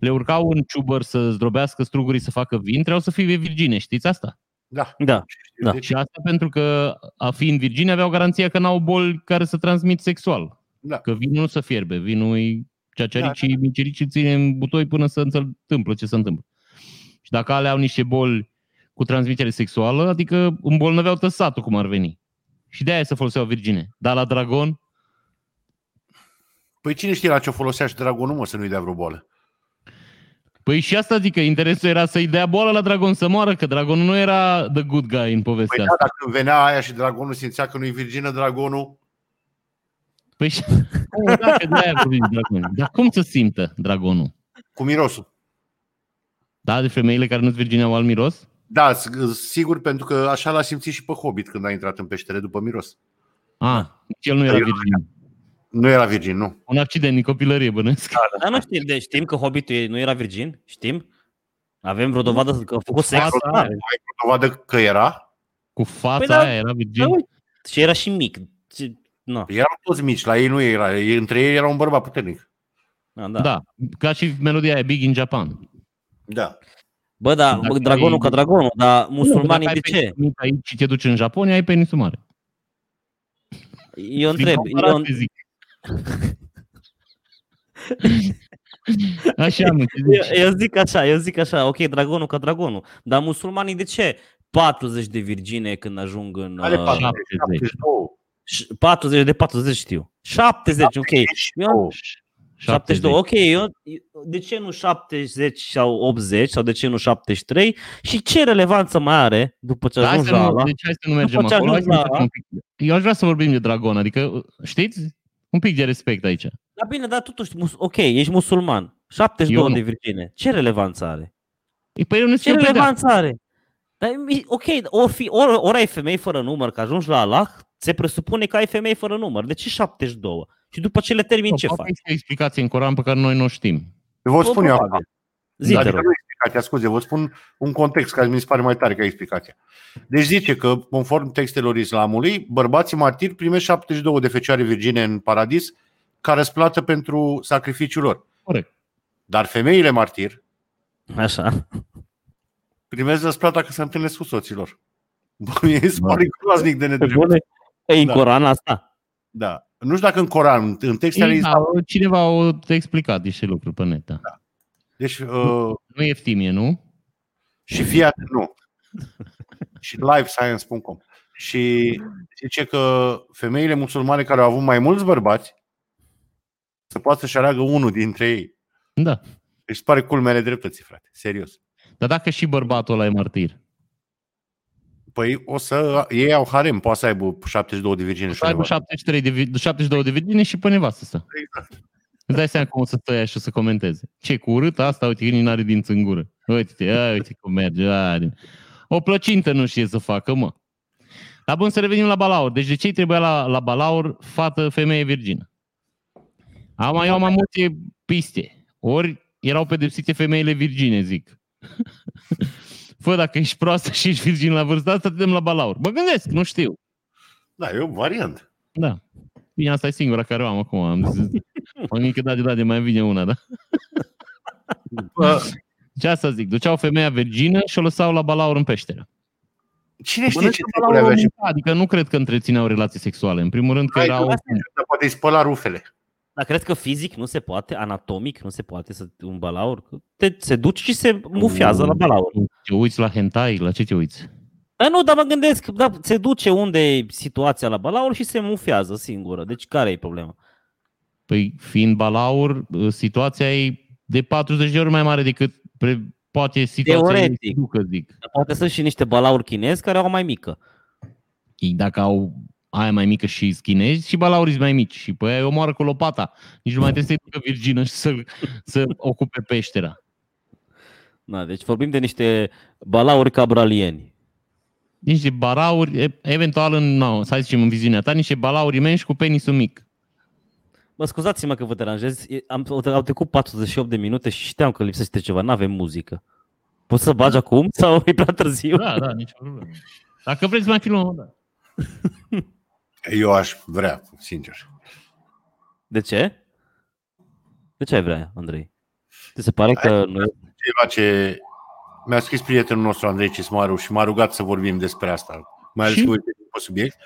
Speaker 2: le urcau în ciubăr să zdrobească strugurii să facă vin, trebuiau să fie virgine, știți asta?
Speaker 1: Da.
Speaker 3: da. Da.
Speaker 1: Deci,
Speaker 2: Și asta pentru că, a fi în Virginia, aveau garanția că n-au boli care să transmit sexual.
Speaker 1: Da.
Speaker 2: Că vinul nu se fierbe, vinul e ceacericii, da. micericii ține în butoi până să se întâmplă ce se întâmplă. Și dacă alea au niște boli cu transmitere sexuală, adică îmbolnăveau tăsatul cum ar veni. Și de-aia se foloseau virgine. Dar la dragon,
Speaker 1: păi cine știe la ce o folosea și dragonul, mă, să nu-i dea vreo boală?
Speaker 2: păi și asta zic că interesul era să-i dea boală la dragon să moară, că dragonul nu era the good guy în povestea
Speaker 1: Păi da,
Speaker 2: asta.
Speaker 1: dacă venea aia și dragonul simțea că nu-i virgină dragonul,
Speaker 2: Păi și... Oh, da, că de-aia vorbim de dragon. Dar cum se simtă dragonul?
Speaker 1: cu mirosul.
Speaker 2: Da, de femeile care nu-ți virgine au alt miros?
Speaker 1: Da, s- sigur, pentru că așa l-a simțit și pe Hobbit când a intrat în peștere după miros.
Speaker 2: A, nici el nu era
Speaker 1: Eu-
Speaker 2: virgin.
Speaker 1: Nu era virgin, nu.
Speaker 2: Un accident din copilărie, bănesc.
Speaker 3: Dar nu știm, deci știm că Hobbitul e- nu era virgin, știm. Avem vreo dovadă că a făcut sex.
Speaker 2: Asta
Speaker 3: Da.
Speaker 2: e.
Speaker 1: Dovadă că era.
Speaker 2: Cu fața
Speaker 3: Păi da,
Speaker 2: aia era virgin.
Speaker 3: da, uite. Și era și mic. Ce- Na,
Speaker 1: Erau toți mici, la ei nu era. ei- Între ei era un bărbat puternic.
Speaker 3: na, da.
Speaker 2: Da. da. Ca și melodia e Big in Japan.
Speaker 1: Da.
Speaker 3: Bă, da,
Speaker 2: Dacă
Speaker 3: bă, dragonul
Speaker 2: ai-
Speaker 3: ca dragonul, dar
Speaker 2: Dacă
Speaker 3: musulmanii
Speaker 2: ai
Speaker 3: de ce?
Speaker 2: penis mic aici și te duci în Japonia, ai penis mare.
Speaker 3: Eu
Speaker 2: Din
Speaker 3: întreb, eu,
Speaker 2: comparație zic. Așa, mă, ce zici?
Speaker 3: eu, eu zic așa, eu zic așa, ok, dragonul ca dragonul, dar musulmanii de ce 40 de virgine când ajung în...
Speaker 1: Ale
Speaker 3: uh,
Speaker 1: 40,
Speaker 2: 70.
Speaker 1: 72.
Speaker 3: ș- 40 de 40 știu, 70, ok, eu, 72, ok, eu, de ce nu 70 sau 80 sau de ce nu 73 și ce relevanță mai are după ce
Speaker 2: Dar hai
Speaker 3: ajungi
Speaker 2: să
Speaker 3: la
Speaker 2: nu,
Speaker 3: ala?
Speaker 2: deci hai să nu mergem
Speaker 3: După ce
Speaker 2: acolo. Hai să
Speaker 3: ajungi
Speaker 2: mergem
Speaker 3: la ala-
Speaker 2: un pic. Eu aș vrea să vorbim de Dragon, adică, știți? Un pic de respect aici.
Speaker 3: Dar bine, dar totuși, mus- ok, ești musulman, 72
Speaker 2: Eu nu.
Speaker 3: de virgine, ce relevanță are?
Speaker 2: E, Păi eu nu
Speaker 3: Ce
Speaker 2: știu pe
Speaker 3: relevanță are? Dar, mi- ok, o fi, ori, ori ai femei fără număr, că ajungi la Allah, se presupune că ai femei fără număr. De ce 72? Și după ce le termin, ce
Speaker 2: Poate
Speaker 3: faci?
Speaker 2: există explicație în Coran pe care noi nu o știm.
Speaker 1: Eu vă spun eu
Speaker 3: Probabil.
Speaker 1: acum.
Speaker 3: Zi, te
Speaker 1: adică
Speaker 3: rog.
Speaker 1: nu e explicația, scuze, vă spun un context care mi se pare mai tare ca explicația. Deci zice că, conform textelor islamului, bărbații martiri primesc 72 de fecioare virgine în paradis ca răsplată pentru sacrificiul lor.
Speaker 2: Corect.
Speaker 1: Dar femeile martiri
Speaker 3: Așa.
Speaker 1: primesc răsplata că se întâlnesc cu soților. Bă, mi se pare groaznic de
Speaker 3: Pe
Speaker 1: nedrept.
Speaker 3: bune, e în
Speaker 1: Da.
Speaker 3: Coran asta.
Speaker 1: Da. Nu știu dacă în Coran, în textele
Speaker 2: Ei,
Speaker 1: islam.
Speaker 2: da, cineva o te explicat niște lucruri pe net. Da.
Speaker 1: Deci, uh,
Speaker 2: Nu e eftimie, nu?
Speaker 1: Și fii atent, nu. și livescience.com. Și zice că femeile musulmane care au avut mai mulți bărbați să poată să-și aleagă unul dintre ei.
Speaker 2: Da.
Speaker 1: Își pare culmele dreptății, frate. Serios.
Speaker 2: Dar dacă și bărbatul ăla e martir?
Speaker 1: Păi o să... Ei au harem, poate să aibă 72 de virgine și
Speaker 2: Să aibă
Speaker 1: undeva.
Speaker 2: 73 de, vi- 72 de virgine și pe nevastă să. Îți dai seama cum o să stai și o să comenteze. Ce cu urât asta, uite, nici n-are dinți în gură. Uite, a, uite cum merge. Are. O plăcintă nu știe să facă, mă. Dar bun, să revenim la balaur. Deci de ce îi trebuia la, la balaur fată, femeie virgină? Am, eu am mai multe piste. Ori erau pedepsite femeile virgine, zic. Fă, dacă ești proastă și ești virgin la vârsta asta, te dăm la balaur. Mă gândesc, nu știu.
Speaker 1: Da, e o variantă.
Speaker 2: Da. Bine, asta e singura care o am acum. Am zis, am gândit că da, de da, de mai vine una, da?
Speaker 1: Bă,
Speaker 2: Ce să zic? Duceau femeia virgină și o lăsau la balaur în peșteră.
Speaker 1: cine știe
Speaker 2: Bănesc
Speaker 1: ce
Speaker 2: că
Speaker 1: tipuri
Speaker 2: balaurul
Speaker 1: avea și
Speaker 2: mânca, Adică nu cred că întrețineau relații sexuale. În primul rând că
Speaker 1: Hai,
Speaker 2: erau...
Speaker 1: tu poate îi spăla rufele.
Speaker 3: Dar crezi că fizic nu se poate, anatomic nu se poate să un balaur? Că Te, se duce și se mufiază la balaur.
Speaker 2: Te uiți la hentai? La ce te uiți?
Speaker 3: A, nu, dar mă gândesc, da, se duce unde e situația la balaur și se mufiază singură. Deci care e problema?
Speaker 2: Păi, fiind balaur, uh, situația e de 40 de ori mai mare decât pre, poate situația
Speaker 3: Teoretic.
Speaker 2: Ducă, zic.
Speaker 3: Dar Poate sunt și niște balauri chinezi care au mai mică.
Speaker 2: Ei, dacă au aia mai mică și chinezi și balaurii mai mici și pe aia îi omoară cu lopata. Nici nu mai trebuie să-i ducă virgină și să, să ocupe peștera.
Speaker 3: Da, deci vorbim de niște balauri cabralieni.
Speaker 2: Niște balauri, e- eventual în, no, să zicem în viziunea ta, niște balauri imensi cu penisul mic.
Speaker 3: Mă scuzați-mă că vă deranjez, e- am, au trecut 48 de minute și știam că lipsește ceva, nu avem muzică. Poți să bagi acum sau e prea târziu?
Speaker 2: Da, da, nicio problemă. Dacă vreți să mai filmăm, da.
Speaker 1: Eu aș vrea, sincer.
Speaker 3: De ce? De ce ai vrea, Andrei? Ți se pare că nu e...
Speaker 1: Ceva ce mi-a scris prietenul nostru Andrei Cismaru și m-a rugat să vorbim despre asta, mai ales
Speaker 2: Și?
Speaker 1: cu uite pe subiect.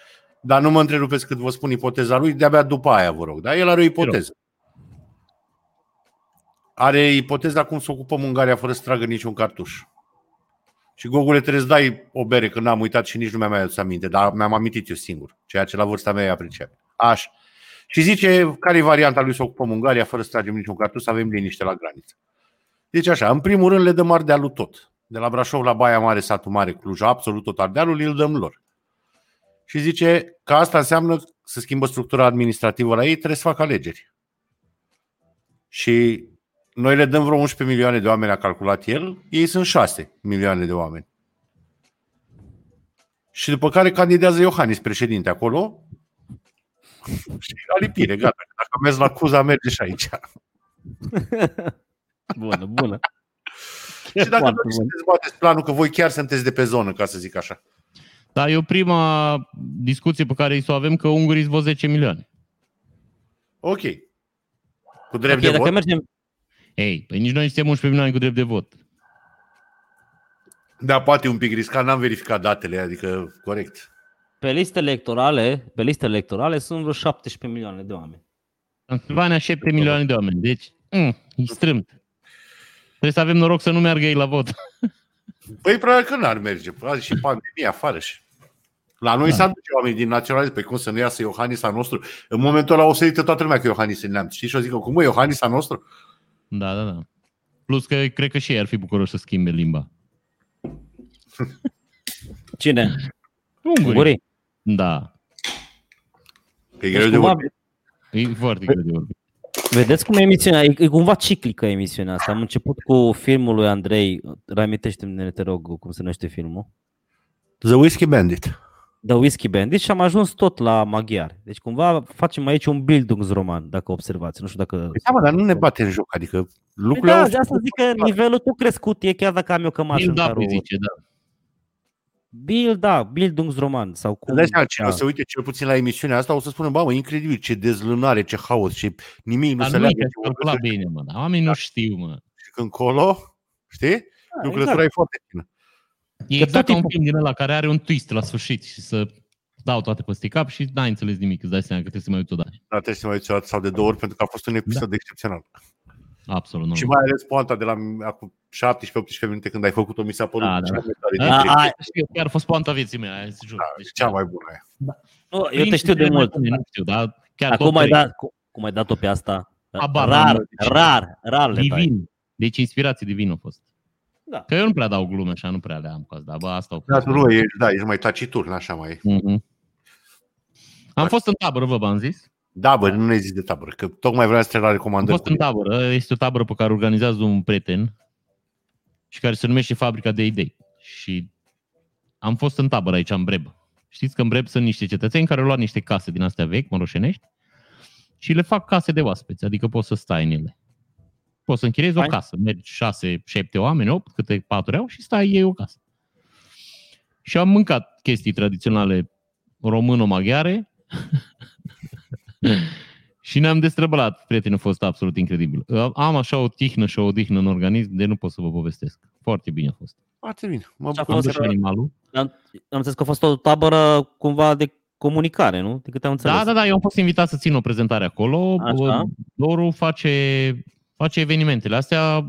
Speaker 1: Dar nu mă întrerupeți cât vă spun ipoteza lui, de-abia după aia vă rog. Dar el are o ipoteză. Are ipoteza cum să ocupăm Ungaria fără să tragă niciun cartuș. Și Gogule, trebuie să dai o bere, că n-am uitat și nici nu mi-am mai adus aminte, dar mi-am amintit eu singur, ceea ce la vârsta mea e apreciabil. Așa. Și zice, care e varianta lui să ocupăm Ungaria fără să tragem niciun cartuș, să avem liniște la graniță. Deci așa, în primul rând le dăm Ardealul tot. De la Brașov la Baia Mare, Satul Mare, Cluj, absolut tot Ardealul, îl dăm lor. Și zice că asta înseamnă să schimbă structura administrativă la ei, trebuie să facă alegeri. Și noi le dăm vreo 11 milioane de oameni, a calculat el, ei sunt 6 milioane de oameni. Și după care candidează Iohannis președinte acolo și alipire, gata. Dacă mergi la Cuza, merge și aici.
Speaker 3: Bună, bună.
Speaker 1: Și dacă
Speaker 3: Foarte
Speaker 1: doriți să
Speaker 3: bun.
Speaker 1: dezbateți planul, că voi chiar sunteți de pe zonă, ca să zic așa.
Speaker 2: Dar e o prima discuție pe care să o avem că ungurii sunt 10 milioane.
Speaker 1: Ok. Cu drept
Speaker 3: Ok,
Speaker 1: de
Speaker 3: dacă
Speaker 1: vot?
Speaker 3: mergem,
Speaker 2: Ei, păi nici noi suntem 11 milioane cu drept de vot.
Speaker 1: Da, poate e un pic riscat, n-am verificat datele, adică corect.
Speaker 3: pe liste electorale, pe liste electorale sunt vreo 17 milioane de oameni.
Speaker 2: Transilvania 7 milioane de oameni, deci mm, e strâmt. Trebuie să avem noroc să nu meargă ei la vot.
Speaker 1: Păi probabil că n-ar merge, azi și pandemia afară și... La noi da. s-ar duce oamenii din naționalism, pe cum să nu iasă Iohannis al nostru. În momentul ăla o să zică toată lumea că Iohannis e neamț. Știi? Și o zică, cum e Iohannis al nostru?
Speaker 2: Da, da, da. Plus că cred că și ei ar fi bucuroși să schimbe limba.
Speaker 3: Cine?
Speaker 2: Ungurii.
Speaker 3: Ungurii.
Speaker 2: Da.
Speaker 1: Că e
Speaker 3: Deci
Speaker 1: greu de
Speaker 3: cumva-
Speaker 1: vorbit.
Speaker 2: E foarte greu de vorbit.
Speaker 3: Vedeți cum e emisiunea? E, e cumva ciclică emisiunea asta. Am început cu filmul lui Andrei. Reamintește-mi, te rog, cum se numește filmul.
Speaker 1: The Whiskey Bandit.
Speaker 3: The Whiskey Bandit și am ajuns tot la maghiar. Deci cumva facem aici un Bildungsroman, dacă observați. Nu știu dacă...
Speaker 1: Păi, da, mă, dar nu ne bate în joc, adică
Speaker 3: Păi
Speaker 1: lucrurile
Speaker 3: da,
Speaker 1: au-
Speaker 3: de asta zic că nivelul tu crescut e chiar dacă am eu cămașă în
Speaker 2: Build up
Speaker 3: carul.
Speaker 2: îi zice, da.
Speaker 3: Build, da, Bildungsroman sau cum...
Speaker 1: Îți dai seama, cine
Speaker 3: da.
Speaker 1: o să uite cel puțin la emisiunea asta, o să spună, bă, mă, incredibil, ce dezlânare, ce haos, ce nimic nu
Speaker 2: Dar
Speaker 1: se
Speaker 2: nu e
Speaker 1: leagă.
Speaker 2: că
Speaker 1: ce
Speaker 2: ați calculat
Speaker 1: vorbesc
Speaker 2: bine, mă. Dar oamenii nu știu, mă.
Speaker 1: Și când colo, știi?
Speaker 3: Da,
Speaker 1: Lucrătura e
Speaker 2: exact.
Speaker 1: foarte fină.
Speaker 2: E
Speaker 3: Că
Speaker 2: exact
Speaker 3: tot
Speaker 2: ca un
Speaker 3: e-
Speaker 2: film din ăla care are un twist la sfârșit și să dau toate peste cap și n-ai înțeles nimic, îți dai seama că trebuie să mai uiți o dată.
Speaker 1: Dar Da, trebuie să mai uiți o dată sau de două ori, pentru că a
Speaker 2: Da.
Speaker 1: fost un episod excepțional.
Speaker 2: Absolut, nu.
Speaker 1: Și mai ales poanta de la m- acum 17-18 minute când ai făcut-o, mi s-a părut
Speaker 2: Da, da.
Speaker 1: cea, mai Da, tare
Speaker 2: Da,
Speaker 1: dintre-
Speaker 3: a-
Speaker 2: știu, chiar a fost poanta vieții mele, aia, jur. Deci,
Speaker 1: cea mai bună aia.
Speaker 3: Nu, eu te
Speaker 2: printre
Speaker 3: știu de
Speaker 2: cele mai
Speaker 3: mult.
Speaker 2: bune, Nu știu, dar chiar
Speaker 3: Acum da,
Speaker 2: top
Speaker 3: ai
Speaker 2: trei.
Speaker 3: dat, cu- cum ai dat-o pe asta?
Speaker 2: Abar,
Speaker 3: rar,
Speaker 2: n-am dat.
Speaker 3: rar, rar le dai.
Speaker 2: Divin. Deci inspirație divină a fost.
Speaker 3: Da.
Speaker 2: Că eu nu prea dau glume așa, nu prea le am cu asta, dar bă, asta o
Speaker 1: Da, tu nu, ești, da, ești mai taciturn, așa mai e.
Speaker 2: Mhm. Am fost în tabără, vă v-am zis.
Speaker 1: Da, bă, nu ne zici de tabără, că tocmai vreau să te la
Speaker 2: Am
Speaker 1: recomandări.
Speaker 2: fost în
Speaker 1: cu-
Speaker 2: tabără. Este o tabără pe care organizează un prieten și care se numește Fabrica de Idei. Și am fost în tabără aici, în Breb. Știți că în Breb sunt niște cetățeni care au luat niște case din astea vechi, moroșenești, și le fac case de oaspeți, adică poți să stai în ele. Poți să închiriezi o
Speaker 3: Fain.
Speaker 2: casă, mergi șase, șapte oameni, opt, câte patru au și stai ei o casă. Și am mâncat chestii tradiționale româno-maghiare și ne-am destrăbălat. Prietenul a fost absolut incredibil. Am așa o tihnă și o odihnă în organism de nu pot să vă povestesc. Foarte bine a fost.
Speaker 1: Foarte bine, mă
Speaker 3: Ce-a
Speaker 1: bucur.
Speaker 2: Am
Speaker 3: fost,
Speaker 2: dus și
Speaker 3: uh,
Speaker 2: animalul.
Speaker 3: Am înțeles că a fost o tabără cumva de comunicare, nu? De câte am înțeles.
Speaker 2: Da, da, da, eu am fost invitat să țin o prezentare acolo.
Speaker 3: Așa.
Speaker 2: Doru face, face evenimentele astea,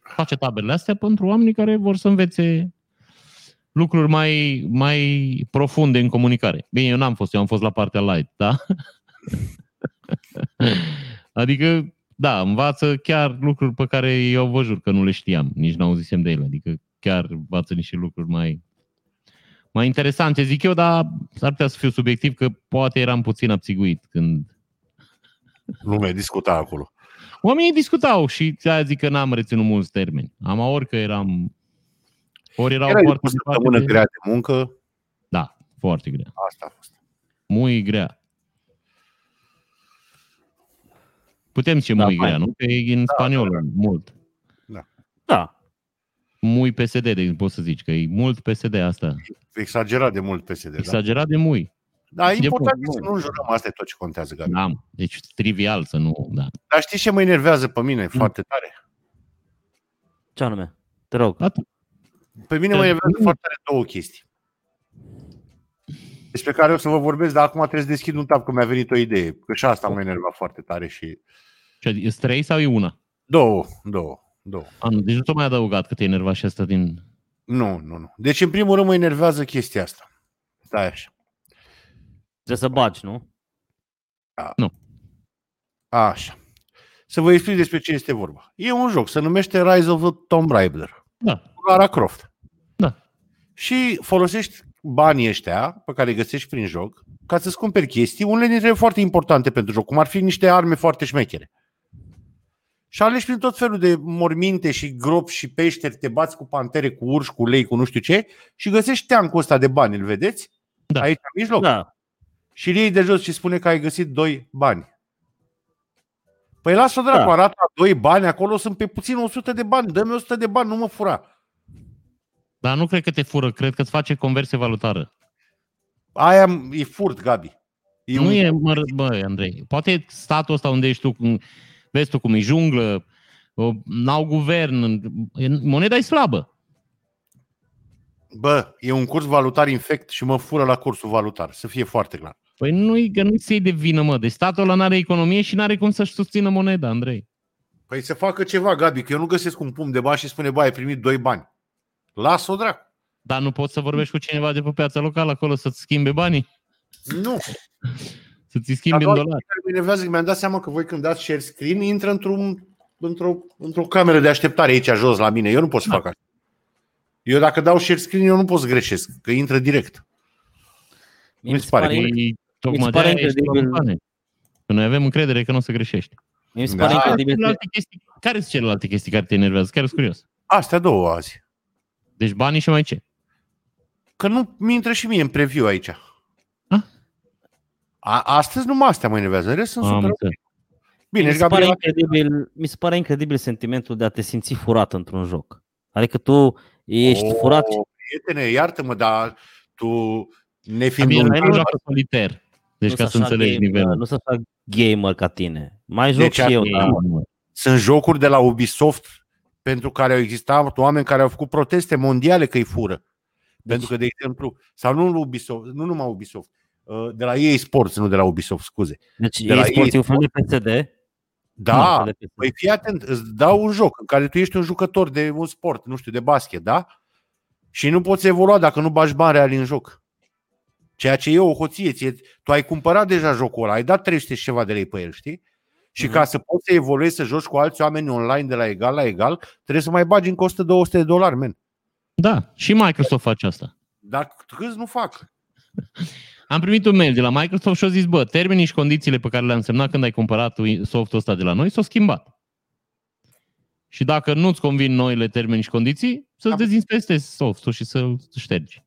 Speaker 2: face taberele astea pentru oamenii care vor să învețe lucruri mai, mai profunde în comunicare. Bine, eu n-am fost, eu am fost la partea light, da? adică, da, învață chiar lucruri pe care eu vă jur că nu le știam, nici n-auzisem de ele. Adică chiar învață niște lucruri mai mai interesante, zic eu, dar s-ar putea să fiu subiectiv că poate eram puțin abțiguit când...
Speaker 1: Lumea discuta acolo.
Speaker 2: Oamenii discutau și aia zic că n-am reținut mulți termeni. Am ori că eram... Ori erau
Speaker 1: Era
Speaker 2: foarte,
Speaker 1: o săptămână
Speaker 2: foarte,
Speaker 1: grea de muncă,
Speaker 2: Da, foarte grea.
Speaker 1: asta a fost.
Speaker 2: Mui grea. Putem zice
Speaker 3: Da,
Speaker 2: da, mui
Speaker 3: fain.
Speaker 2: grea, nu? Că e în da, spaniolă da, mult.
Speaker 3: da.
Speaker 2: Mui PSD, de exemplu, poți să zici că e mult PSD asta.
Speaker 1: Exagerat de mult PSD, da?
Speaker 2: Exagerat de mui.
Speaker 1: Da, e
Speaker 2: E
Speaker 1: important
Speaker 3: bun,
Speaker 1: să
Speaker 3: bun.
Speaker 1: nu jurăm, asta e tot ce contează, Gabi.
Speaker 2: Da, mă. deci trivial să nu... Da.
Speaker 1: Dar știi ce mă enervează pe mine foarte tare?
Speaker 3: Ce anume? Te rog.
Speaker 2: Atât.
Speaker 1: Pe mine mă
Speaker 2: Da.
Speaker 1: enervează foarte tare două chestii. Despre care o să vă vorbesc, dar acum trebuie să deschid un tab, că mi-a venit o idee. Că și asta mă enerva foarte tare și...
Speaker 2: Și adică, sunt trei sau e una?
Speaker 1: Două, două, două.
Speaker 2: A, nu, deci nu tocmai adăugat că te enerva și asta din...
Speaker 1: Nu, nu, nu. Deci, în primul rând, mă enervează chestia asta. Da, așa.
Speaker 3: Trebuie să bagi, nu?
Speaker 1: Așa. Să vă explic despre ce este vorba. E un joc, se numește Rise of the Tomb Raider.
Speaker 2: Da.
Speaker 1: cu Lara Croft.
Speaker 2: Da.
Speaker 1: Și folosești banii ăștia pe care îi găsești prin joc ca să-ți cumperi chestii, unele dintre ele foarte importante pentru joc, cum ar fi niște arme foarte șmechere. Și alegi prin tot felul de morminte și gropi și peșteri, te bați cu pantere, cu urși, cu lei, cu nu știu ce și găsești teancul ăsta de bani, îl vedeți?
Speaker 2: Da.
Speaker 1: Aici în mijloc.
Speaker 3: Da.
Speaker 1: Și îl iei de jos și spune că ai găsit doi bani. Păi lasă dracu,
Speaker 3: Da.
Speaker 1: da. arată doi bani, acolo sunt pe puțin 100 de bani, dă-mi 100 de bani, nu mă fura.
Speaker 2: Dar nu cred că te fură, cred că îți face conversie valutară.
Speaker 1: Aia m- e furt, Gabi. E
Speaker 2: nu
Speaker 1: un-
Speaker 2: e, mă, ră- bă, Andrei, poate statul ăsta unde ești tu, cum- vezi tu cum e junglă, o- n-au guvern, e- moneda e slabă.
Speaker 1: Bă, e un curs valutar infect și mă fură la cursul valutar, să fie foarte clar.
Speaker 2: Păi nu-i, că nu-i să-i de vină, mă. Deci statul ăla n-are economie și n-are cum să-și susțină moneda, Andrei.
Speaker 1: Păi să facă ceva, Gabi, că eu nu găsesc un pumn de bani și spune, bă, ai primit doi bani. Las-o, dracu.
Speaker 2: Dar nu poți să vorbești cu cineva de pe piața locală acolo să-ți schimbe banii,
Speaker 1: Nu.
Speaker 2: să-ți schimbe
Speaker 1: Dar
Speaker 2: în
Speaker 1: doar
Speaker 2: dolari.
Speaker 1: Mă enervează că mi-am dat seama că voi când dați share screen, intră într-un, într-o, într-o cameră de așteptare aici jos la mine. Eu nu pot
Speaker 3: Da.
Speaker 1: să fac așa. Eu dacă dau share screen, eu nu pot să greșesc, că intră direct.
Speaker 3: Mie
Speaker 1: mi se pare
Speaker 2: E- Păi, Tocmai
Speaker 3: Mi se pare
Speaker 2: de-aia ești
Speaker 3: incredibil.
Speaker 2: la vulcane. Că noi avem încredere că nu o să greșești.
Speaker 3: Mi se
Speaker 1: Da.
Speaker 3: pare
Speaker 1: Ah,
Speaker 3: incredibil. că-
Speaker 2: Celelalte chestii- Care sunt celelalte chestii care te enervează? Chiar sunt curios.
Speaker 1: Astea două azi.
Speaker 2: Deci banii și mai ce?
Speaker 1: Că nu mi intră și mie în preview aici.
Speaker 2: Ah?
Speaker 1: A, astăzi numai astea mă enervează. În rest sunt
Speaker 2: Am
Speaker 1: super.
Speaker 2: înțeles.
Speaker 1: Bine,
Speaker 3: mi,
Speaker 1: și
Speaker 3: se pare
Speaker 1: Gabriela,
Speaker 3: incredibil, mi se pare incredibil sentimentul de a te simți furat într-un joc. Adică tu ești
Speaker 1: O,
Speaker 3: furat.
Speaker 1: Prietene, iartă-mă, dar tu ne fiind
Speaker 2: Bine,
Speaker 1: un
Speaker 2: nu
Speaker 1: gamer,
Speaker 2: joacă solitar. Deci
Speaker 3: nu
Speaker 2: ca să
Speaker 3: sunt așa
Speaker 2: înțelegi
Speaker 3: gamer,
Speaker 2: nivelul.
Speaker 3: Nu sunt așa gamer ca tine. Mai joc
Speaker 1: Deci
Speaker 3: și
Speaker 1: ar-
Speaker 3: eu, da.
Speaker 2: E,
Speaker 3: dar
Speaker 2: mă.
Speaker 1: sunt jocuri de la Ubisoft pentru care au existat oameni care au făcut proteste mondiale că îi fură. Pentru că, de exemplu, sau nu, Ubisoft, nu numai Ubisoft, uh, de la EA Sports, nu de la Ubisoft, scuze.
Speaker 3: Deci
Speaker 1: De la
Speaker 3: e sport,
Speaker 1: ei-
Speaker 3: e un fel de PSD.
Speaker 1: Da,
Speaker 3: Nu, de
Speaker 1: Păi fii atent, îți dau un joc în care tu ești un jucător de un sport, nu știu, de basket, da? Și nu poți evolua dacă nu bagi bani reali în joc. Ceea ce e o hoție. Ție, tu ai cumpărat deja jocul ăla, ai dat 300 și ceva de lei pe el, știi? Și
Speaker 3: Mhm.
Speaker 1: ca să poți să evoluezi, să joci cu alți oameni online de la egal la egal, trebuie să mai bagi în costă 200 de dolari, men.
Speaker 2: Da, și Microsoft face asta.
Speaker 1: Dar câți nu fac?
Speaker 2: Am primit un mail de la Microsoft și au zis, bă, termenii și condițiile pe care le-am semnat când ai cumpărat softul ăsta de la noi s-au schimbat. Și dacă nu-ți convin noile termeni și condiții, să-ți
Speaker 1: Am-
Speaker 2: dezinfectezi softul și să-l ștergi.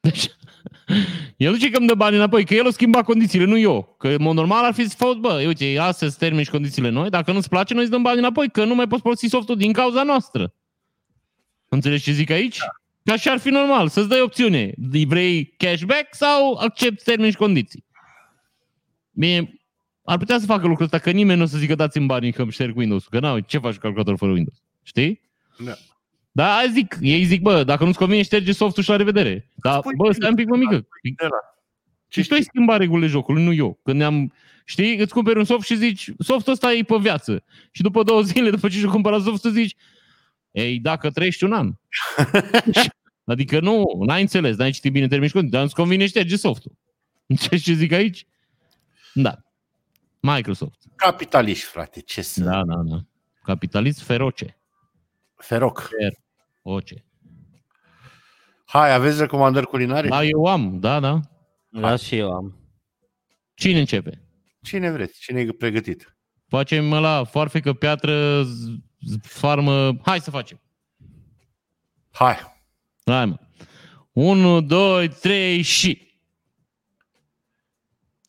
Speaker 2: Deci, el zice că îmi dă bani înapoi, că el o schimba condițiile, nu eu. Că, în mod normal, ar fi fost, bă, uite, astăzi termeni și condițiile noi, dacă nu-ți place, noi îți dăm bani înapoi, că nu mai poți folosi softul din cauza noastră. Înțelegi ce zic aici? Ca și ar fi normal, să-ți dai opțiune. Vrei cashback sau accepti termeni și condiții? Mie ar putea să facă lucrul ăsta, că nimeni nu o să zică dați-mi banii că îmi șterg Windows-ul, că n ce faci cu calculator fără Windows? Știi?
Speaker 1: Da.
Speaker 2: Da, aia zic, ei zic, bă, dacă nu-ți convine, șterge softul și la revedere. Dar,
Speaker 1: Spui
Speaker 2: bă,
Speaker 1: tu,
Speaker 2: stai un pic, mă, mică. Păi
Speaker 1: Ce
Speaker 2: Și tu ai schimbat regulile jocului, nu eu. Când am, știi, îți cumperi un soft și zici, softul ăsta e pe viață. Și după două zile, după ce și-o cumpărat softul, zici, ei, dacă trăiești un an. adică nu, n-ai înțeles, n-ai citit bine termenii și condiții, dar îți convine șterge softul. Înțelegi ce zic aici? Da. Microsoft.
Speaker 1: Capitaliști, frate, ce să...
Speaker 2: Da, da, da. Capitalist feroce.
Speaker 1: Feroc.
Speaker 2: Oce.
Speaker 1: Hai, aveți recomandări culinare?
Speaker 2: Da, eu am, da, da.
Speaker 3: Da, și eu am.
Speaker 2: Cine începe?
Speaker 1: Cine vreți? Cine e pregătit?
Speaker 2: Facem la foarfecă, piatră, z- z- farmă. Hai să facem.
Speaker 1: Hai.
Speaker 2: Hai, mă. 1, 2, 3 și...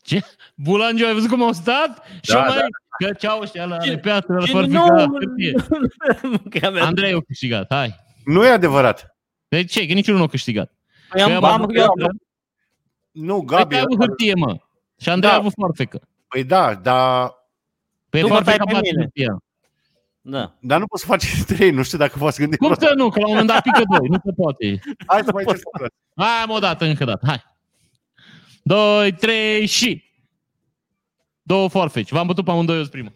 Speaker 2: Ce? Bulangiu, ai văzut cum au stat? și
Speaker 1: Da,
Speaker 2: mai...
Speaker 1: da.
Speaker 2: Că ceau ăștia la
Speaker 3: Gen-
Speaker 2: piatră, la
Speaker 3: Gen,
Speaker 2: farfica,
Speaker 3: nou-
Speaker 2: hârtie.
Speaker 3: Mânca mea.
Speaker 2: Andrei a câștigat, hai.
Speaker 1: Nu e adevărat.
Speaker 2: De ce? Că niciunul nu a câștigat.
Speaker 3: Păi am-
Speaker 2: Că
Speaker 3: am-
Speaker 2: avut
Speaker 3: eu am-
Speaker 2: piatră,
Speaker 1: Nu,
Speaker 3: Da,
Speaker 2: păi
Speaker 1: Gabi.
Speaker 2: că ai avut hârtie, mă. Și Andrei
Speaker 1: Da.
Speaker 2: a avut farfecă.
Speaker 1: Păi da, dar,
Speaker 2: Pe
Speaker 3: Tu mă
Speaker 2: farfeca
Speaker 3: tai pe
Speaker 2: bate
Speaker 3: mine.
Speaker 2: hârtia.
Speaker 3: Da.
Speaker 1: dar nu poți să faci trei, nu știu dacă v-ați gândit.
Speaker 2: Cum să nu? Că la un moment dat pică doi, nu se poate.
Speaker 1: Hai să mai încercăm.
Speaker 2: Hai, mă, o dată, încă o dată, hai. 2, 3 și... Două forfeci. V-am bătut pe amândoi eu sunt primul.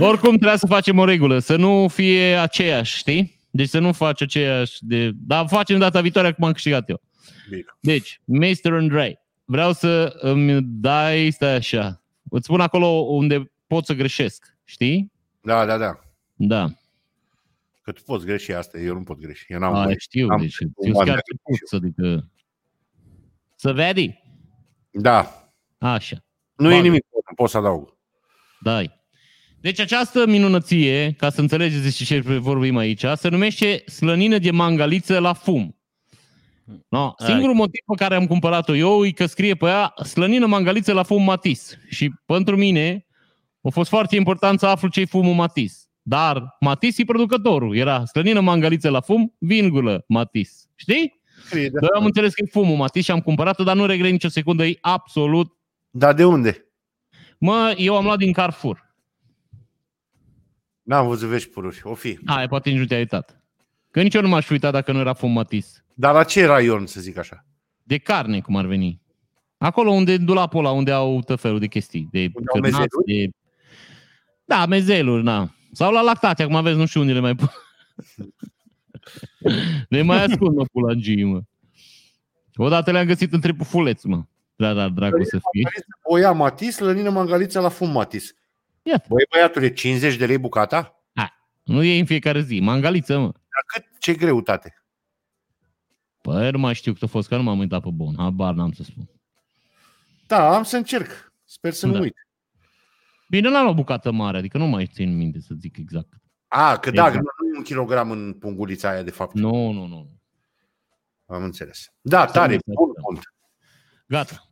Speaker 2: Oricum trebuie să facem o regulă, să nu fie aceeași, știi? Deci să nu faci aceeași de... Dar facem data viitoare cum am câștigat eu.
Speaker 1: Bine.
Speaker 2: Deci, Mr. Andrei, vreau să îmi dai, stai așa, îți spun acolo unde pot să greșesc, știi?
Speaker 1: Da, da, da.
Speaker 2: Da.
Speaker 1: Că tu poți greși asta, eu nu pot greși. Eu n-am
Speaker 2: A,
Speaker 1: voie.
Speaker 2: știu,
Speaker 1: am
Speaker 2: deci
Speaker 1: un
Speaker 2: eu
Speaker 1: ban
Speaker 2: chiar
Speaker 1: de
Speaker 2: te pus, adică... Să vedi?
Speaker 1: Da,
Speaker 2: Așa.
Speaker 1: nu e
Speaker 2: Bagă.
Speaker 1: nimic, pot să adaug.
Speaker 2: Dai. Deci această minunăție, ca să înțelegeți despre ce vorbim aici, se numește slănină de mangaliță la fum. No.
Speaker 3: Hai.
Speaker 2: Singurul motiv pe care am cumpărat-o eu e că scrie pe ea slănină mangaliță la fum Matis. Și pentru mine a fost foarte important să aflu ce-i fumul Matis. Dar Matis e producătorul. Era slănină mangaliță la fum, vingulă Matis. Știi? Da. Eu am înțeles că e fumul Matis și am cumpărat-o, dar nu regret nicio secundă, e absolut...
Speaker 1: Dar de unde?
Speaker 2: Mă, eu am luat din Carrefour.
Speaker 1: N-am văzut vești pururi, o fi.
Speaker 2: Hai, poate nici nu te-ai uitat. Că nici eu nu m-aș uita dacă nu era fum Matis.
Speaker 1: Dar la ce raion, să zic așa?
Speaker 2: De carne, cum ar veni. Acolo unde dulapul ăla, unde au tot felul de chestii. De
Speaker 1: Unde au
Speaker 2: cârnați, de... Da, mezeluri, na. Sau la lactate, acum aveți nu știu unde le mai pun. ne mai ascund, mă, pulangii, mă. Odată le-am găsit între pufuleți, mă. Da, da, dracu să fie.
Speaker 1: Mangaliță, Boia Matis, Lănină Mangalița la fum Matis.
Speaker 2: Iată.
Speaker 1: Băi, băiatule, 50 de lei bucata?
Speaker 2: Nu e în fiecare zi. Mangaliță, mă.
Speaker 1: Dar cât, ce greutate?
Speaker 2: Păi, nu mai știu cât a fost, că nu m-am uitat pe bun. Habar n-am să spun.
Speaker 1: Da, am să încerc. Sper să nu
Speaker 2: Da.
Speaker 1: uit.
Speaker 2: Bine, n-am luat bucată mare, adică nu mai țin minte să zic exact.
Speaker 1: A, că da,
Speaker 2: Exact.
Speaker 1: că nu e un kilogram în pungulița aia, de fapt.
Speaker 2: Nu, nu, nu.
Speaker 1: Am înțeles. Da, tare,
Speaker 2: nu
Speaker 1: bun
Speaker 2: uităm.
Speaker 1: punct.
Speaker 2: Gata.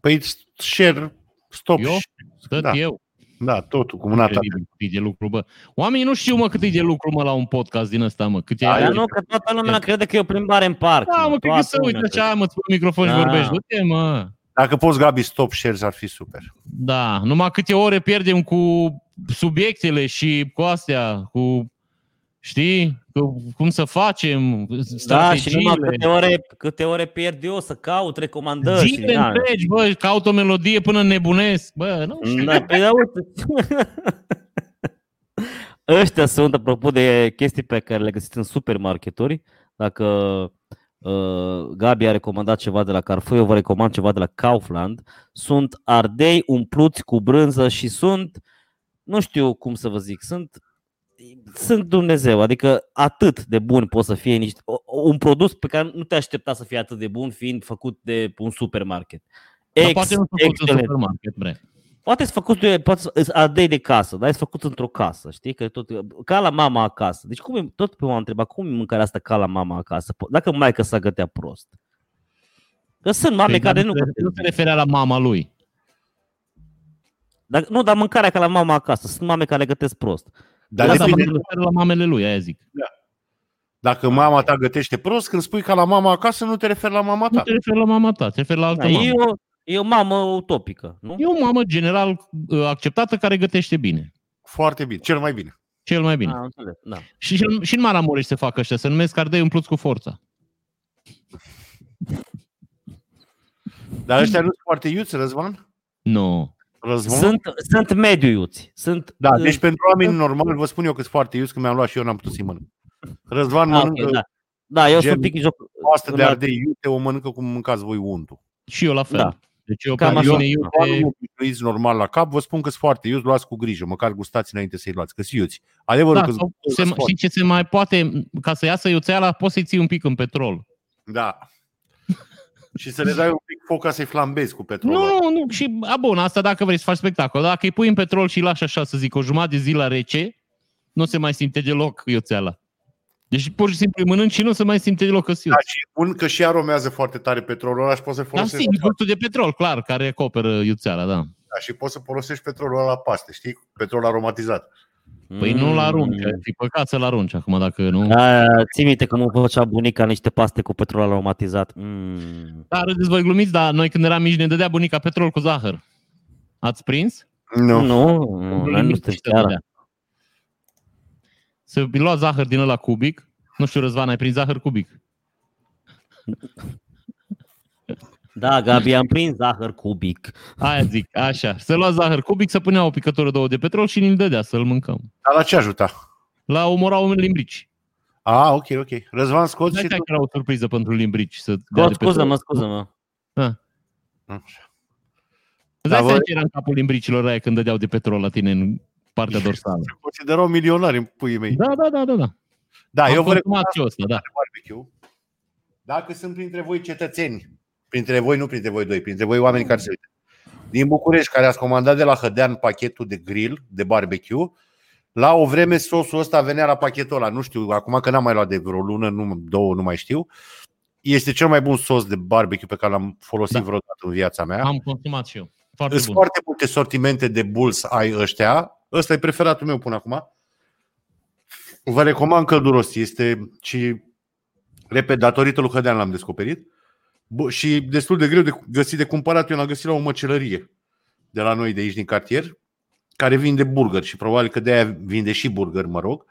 Speaker 1: Păi share, stop.
Speaker 2: Eu? Stăt
Speaker 1: Da.
Speaker 2: da. eu.
Speaker 1: Da, totul, cu mâna ta.
Speaker 2: Incredibil cât e de lucru, bă. Oamenii nu știu, mă, cât e de lucru, mă, la un podcast din ăsta, mă. Cât e
Speaker 1: Da,
Speaker 3: Dar
Speaker 1: eu-
Speaker 3: nu, că toată lumea crede că e o plimbare în parc.
Speaker 2: Da, mă, cred că
Speaker 3: Toată
Speaker 2: să uite
Speaker 3: lumea crede.
Speaker 2: așa, mă, îți pun microfon și
Speaker 3: Da.
Speaker 2: vorbești. Du-te, mă.
Speaker 1: Dacă poți, Gabi, stop shares ar fi super.
Speaker 2: Da, numai câte ore pierdem cu subiectele și cu astea, cu, știi, cu, cum să facem,
Speaker 3: Da, și
Speaker 2: strategiile.
Speaker 3: numai câte ore, câte ore pierd eu să caut recomandări. și, da.
Speaker 2: Zile
Speaker 3: na.
Speaker 2: întregi, bă, caut o melodie până nebunesc. Bă, nu știu.
Speaker 3: Da, păi da, uite. Ăștia sunt, apropo de chestii pe care le găsiți în supermarketuri, dacă uh, Gabi a recomandat ceva de la Carrefour, eu vă recomand ceva de la Kaufland, sunt ardei umpluți cu brânză și sunt, nu știu cum să vă zic, sunt sunt Dumnezeu, adică atât de bun pot să fie niște, o- un produs pe care nu te aștepta să fie atât de bun fiind făcut de un supermarket.
Speaker 2: Dar poate nu sunt făcut în
Speaker 3: excelent.
Speaker 2: supermarket, bre.
Speaker 3: Poate sunt făcut de, poate sunt ardei de casă, dar sunt făcut într-o casă, știi? Că tot, ca la mama acasă. Deci cum e, tot pe m-am întrebat, cum e mâncarea asta ca la mama acasă? Po- Dacă mai că s-a gătea prost. Că sunt mame
Speaker 2: Păi,
Speaker 3: care
Speaker 2: dar
Speaker 3: nu
Speaker 2: se-
Speaker 3: gătesc
Speaker 2: nu se
Speaker 3: bine.
Speaker 2: referea la mama lui.
Speaker 3: Dar, nu, dar mâncarea ca la mama acasă. Sunt mame care gătesc prost.
Speaker 1: Dar
Speaker 3: Da,
Speaker 2: Da,
Speaker 3: da,
Speaker 2: dar
Speaker 1: depinde,
Speaker 2: mă refer la mamele lui, aia zic.
Speaker 1: dacă mama ta gătește prost, când spui ca la mama acasă, nu te referi la mama
Speaker 2: Nu
Speaker 1: ta.
Speaker 2: te referi la mama ta, te referi la altă
Speaker 3: Da,
Speaker 2: mamă.
Speaker 3: e, o, e o mamă utopică, nu?
Speaker 2: E o mamă general uh, acceptată care gătește bine.
Speaker 1: Foarte bine, cel mai bine.
Speaker 2: Cel mai bine.
Speaker 3: A, înțeles, da.
Speaker 2: Și, și în- și în Maramureș se fac ăștia, se numesc ardei umpluți cu forța.
Speaker 1: Dar ăștia nu sunt foarte iuți, Răzvan?
Speaker 2: Nu.
Speaker 1: Răzvan?
Speaker 3: Sunt, sunt mediuiuți. Sunt,
Speaker 1: Da,
Speaker 3: uh,
Speaker 1: deci pentru oameni normali vă spun eu că sunt foarte iuți, că mi-am luat și eu, n-am putut să-i mănânc. Răzvan
Speaker 2: Ah,
Speaker 3: da,
Speaker 1: mănâncă
Speaker 3: okay, da. da, eu
Speaker 1: gen-
Speaker 3: sunt pic joc.
Speaker 1: pastă de
Speaker 3: în-
Speaker 1: ardei iute, o mănâncă cum mâncați voi untul.
Speaker 2: Și eu la fel.
Speaker 3: Da.
Speaker 2: Da. Deci eu pe
Speaker 3: Cam
Speaker 2: mine
Speaker 3: așa. Da,
Speaker 2: iute,
Speaker 1: Oamenii obișnuiți normal la cap, vă spun că sunt foarte iuți, luați cu grijă, măcar gustați înainte să-i luați, că sunt iuți. Adevărul
Speaker 2: da,
Speaker 1: că
Speaker 2: sau
Speaker 1: sunt
Speaker 2: se, știi ce se mai poate, ca să iasă iuțeala, poți să-i ții un pic în petrol.
Speaker 1: Da. și să le dai un pic foc ca să-i flambezi cu petrol.
Speaker 2: Nu, nu, nu, și, a, bun, asta dacă vrei să faci spectacol, dacă îi pui în petrol și îi lași așa, să zic, o jumătate de zi la rece, nu se mai simte deloc iuțeala. Deci pur și simplu îi mănânci și nu se mai simte deloc că
Speaker 1: Da, și bun că și aromează foarte tare petrolul ăla și poți să
Speaker 2: Da,
Speaker 1: folosești,
Speaker 2: simt gustul de petrol, clar, care acoperă iuțeala, da.
Speaker 1: da, și poți să folosești petrolul ăla la paste, știi? Petrol aromatizat.
Speaker 2: Păi nu-l
Speaker 3: Mm.
Speaker 2: arunci, ar fi păcat să-l arunci acum dacă nu. Da.
Speaker 3: Da, ții minte cum îmi făcea bunica niște paste cu petrol aromatizat. Mm.
Speaker 2: Dar râdeți Da, voi glumiți, dar noi când eram mici ne dădea bunica petrol cu zahăr. Ați prins?
Speaker 3: Nu, nu, noi nu
Speaker 2: Nimic
Speaker 3: suntem
Speaker 2: și te
Speaker 3: chiar.
Speaker 2: dădea. Să îi lua zahăr din ăla cubic. Nu știu, Răzvan, ai prins zahăr cubic?
Speaker 3: Da, Gabi, am prins zahăr cubic.
Speaker 2: Aia zic, așa. Să lua zahăr cubic, să punea o picătură două de petrol și ni-l dădea să-l mâncăm.
Speaker 1: Dar la ce ajuta?
Speaker 2: La omorau limbrici.
Speaker 1: A, ok, ok. Răzvan scoți
Speaker 2: De
Speaker 1: și
Speaker 2: că
Speaker 1: tu.
Speaker 2: era o surpriză pentru limbrici. Să dea
Speaker 3: Scuz,
Speaker 2: de petrol.
Speaker 3: scuză-mă, scuză-mă.
Speaker 2: Îți
Speaker 1: Da,
Speaker 2: dai
Speaker 1: voi-
Speaker 2: seama ce era în capul limbricilor aia când dădeau de petrol la tine în partea dorsală.
Speaker 1: Se considerau milionari în puii mei. Da,
Speaker 2: Da, da, da, da. da.
Speaker 1: da eu
Speaker 2: Am
Speaker 1: vă
Speaker 2: consumat
Speaker 1: recomand
Speaker 2: și eu ăsta, da.
Speaker 1: barbecue. Dacă sunt printre voi cetățeni, printre voi, nu printre voi doi, printre voi oameni care se uită, din București, care ați comandat de la Hădean pachetul de grill, de barbecue, la o vreme sosul ăsta venea la pachetul ăla, nu știu, acum că n-am mai luat de vreo lună, nu, două, nu mai știu. Este cel mai bun sos de barbecue pe care l-am folosit
Speaker 2: Da.
Speaker 1: da. vreodată în viața mea.
Speaker 2: Am consumat și eu. Foarte
Speaker 1: Sunt
Speaker 2: bun.
Speaker 1: foarte multe sortimente de bulls ai ăștia. Ăsta e preferatul meu până acum. Vă recomand călduros. Este și, repet, datorită lui Hădean l-am descoperit. Bă, și destul de greu de găsit de cumpărat. Eu l-am găsit la o măcelărie de la noi de aici din cartier, care vinde burger și probabil că de-aia vinde și burger, mă rog,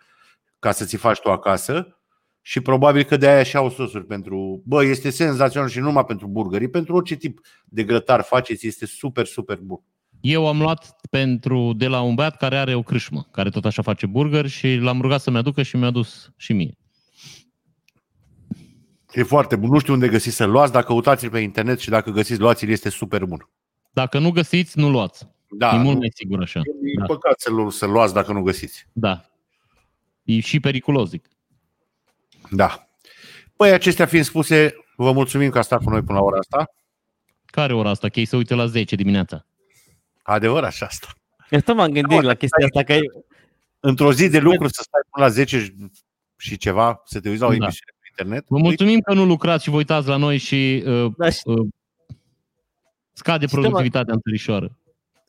Speaker 1: ca să ți faci tu acasă. Și probabil că de-aia și au sosuri pentru... Bă, este senzațional și nu numai pentru burgeri, pentru orice tip de grătar faceți, este super, super bun.
Speaker 2: Eu am luat pentru de la un băiat care are o crâșmă, care tot așa face burger și l-am rugat să-mi aducă și mi-a dus și mie.
Speaker 1: E foarte bun. Nu știu unde găsiți să luați, dacă căutați-l pe internet și dacă găsiți, luați-l, este super bun.
Speaker 2: Dacă nu găsiți, nu luați.
Speaker 1: Da,
Speaker 2: e mult
Speaker 1: nu-
Speaker 2: mai sigur așa.
Speaker 1: E
Speaker 2: Da.
Speaker 1: păcat să-l, să luați dacă nu găsiți.
Speaker 2: da. E și periculos, zic.
Speaker 1: Da. Păi, acestea fiind spuse, vă mulțumim că ați stat cu noi până la ora asta.
Speaker 2: Care e ora asta? Că ei se uită la 10 dimineața.
Speaker 1: Adevărat și asta.
Speaker 3: Eu tot m-am gândit
Speaker 1: Da,
Speaker 3: la chestia asta, că e-
Speaker 1: Într-o zi de lucru să stai până la 10 și- și ceva, să te uiți la o
Speaker 2: Da.
Speaker 1: emisiune pe internet.
Speaker 2: Vă mulțumim că nu lucrați și vă uitați la noi și uh,
Speaker 3: da, și
Speaker 2: uh, scade
Speaker 3: Sistema-
Speaker 2: productivitatea în țărișoară.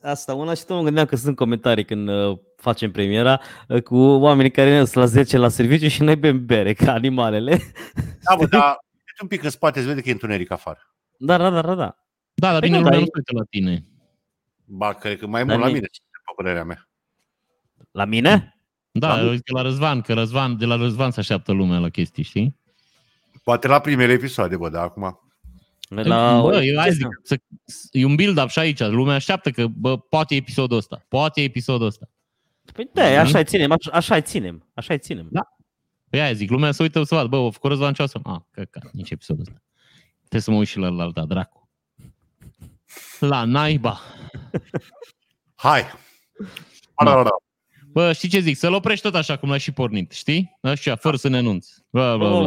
Speaker 3: asta una și tot mă gândeam că sunt comentarii când uh, facem premiera uh, cu oamenii care ne la 10 la serviciu și noi bem bere ca animalele.
Speaker 1: Da, bă, dar uite un pic în spate, îți vede că e întuneric afară.
Speaker 3: Da, da, da, da, da.
Speaker 2: Da, dar
Speaker 3: Păi
Speaker 2: bine,
Speaker 3: nu,
Speaker 2: lumea
Speaker 3: dar
Speaker 2: nu
Speaker 3: e-
Speaker 2: se uită la tine.
Speaker 1: Ba, cred că mai
Speaker 3: Dar
Speaker 1: mult la
Speaker 3: nici-
Speaker 1: mine, după părerea mea.
Speaker 3: La mine?
Speaker 2: Da,
Speaker 3: Da, nu.
Speaker 2: uite la Răzvan, că Răzvan, de la Răzvan se așteaptă lumea la chestii, știi?
Speaker 1: Poate la primele episoade, bă, dar acum...
Speaker 3: La...
Speaker 2: bă, eu hai zic, să, e un build-up și aici, lumea așteaptă că, bă, poate e episodul ăsta, poate e episodul ăsta.
Speaker 3: Păi da, așa ținem, așa- așa ținem, așa ținem.
Speaker 2: Da. Păi aia zic, lumea se uită să vadă, bă, o făcut Răzvan Ceasă. A, căcat, nici episodul ăsta. Trebuie să mă uit și la alta, dracu. La naiba.
Speaker 1: Hai! Da. Da, da, da.
Speaker 2: Bă, știi ce zic? Să-l oprești tot așa cum l-ai și pornit, știi? Așa, fără să ne anunți. Bă, bă, bă.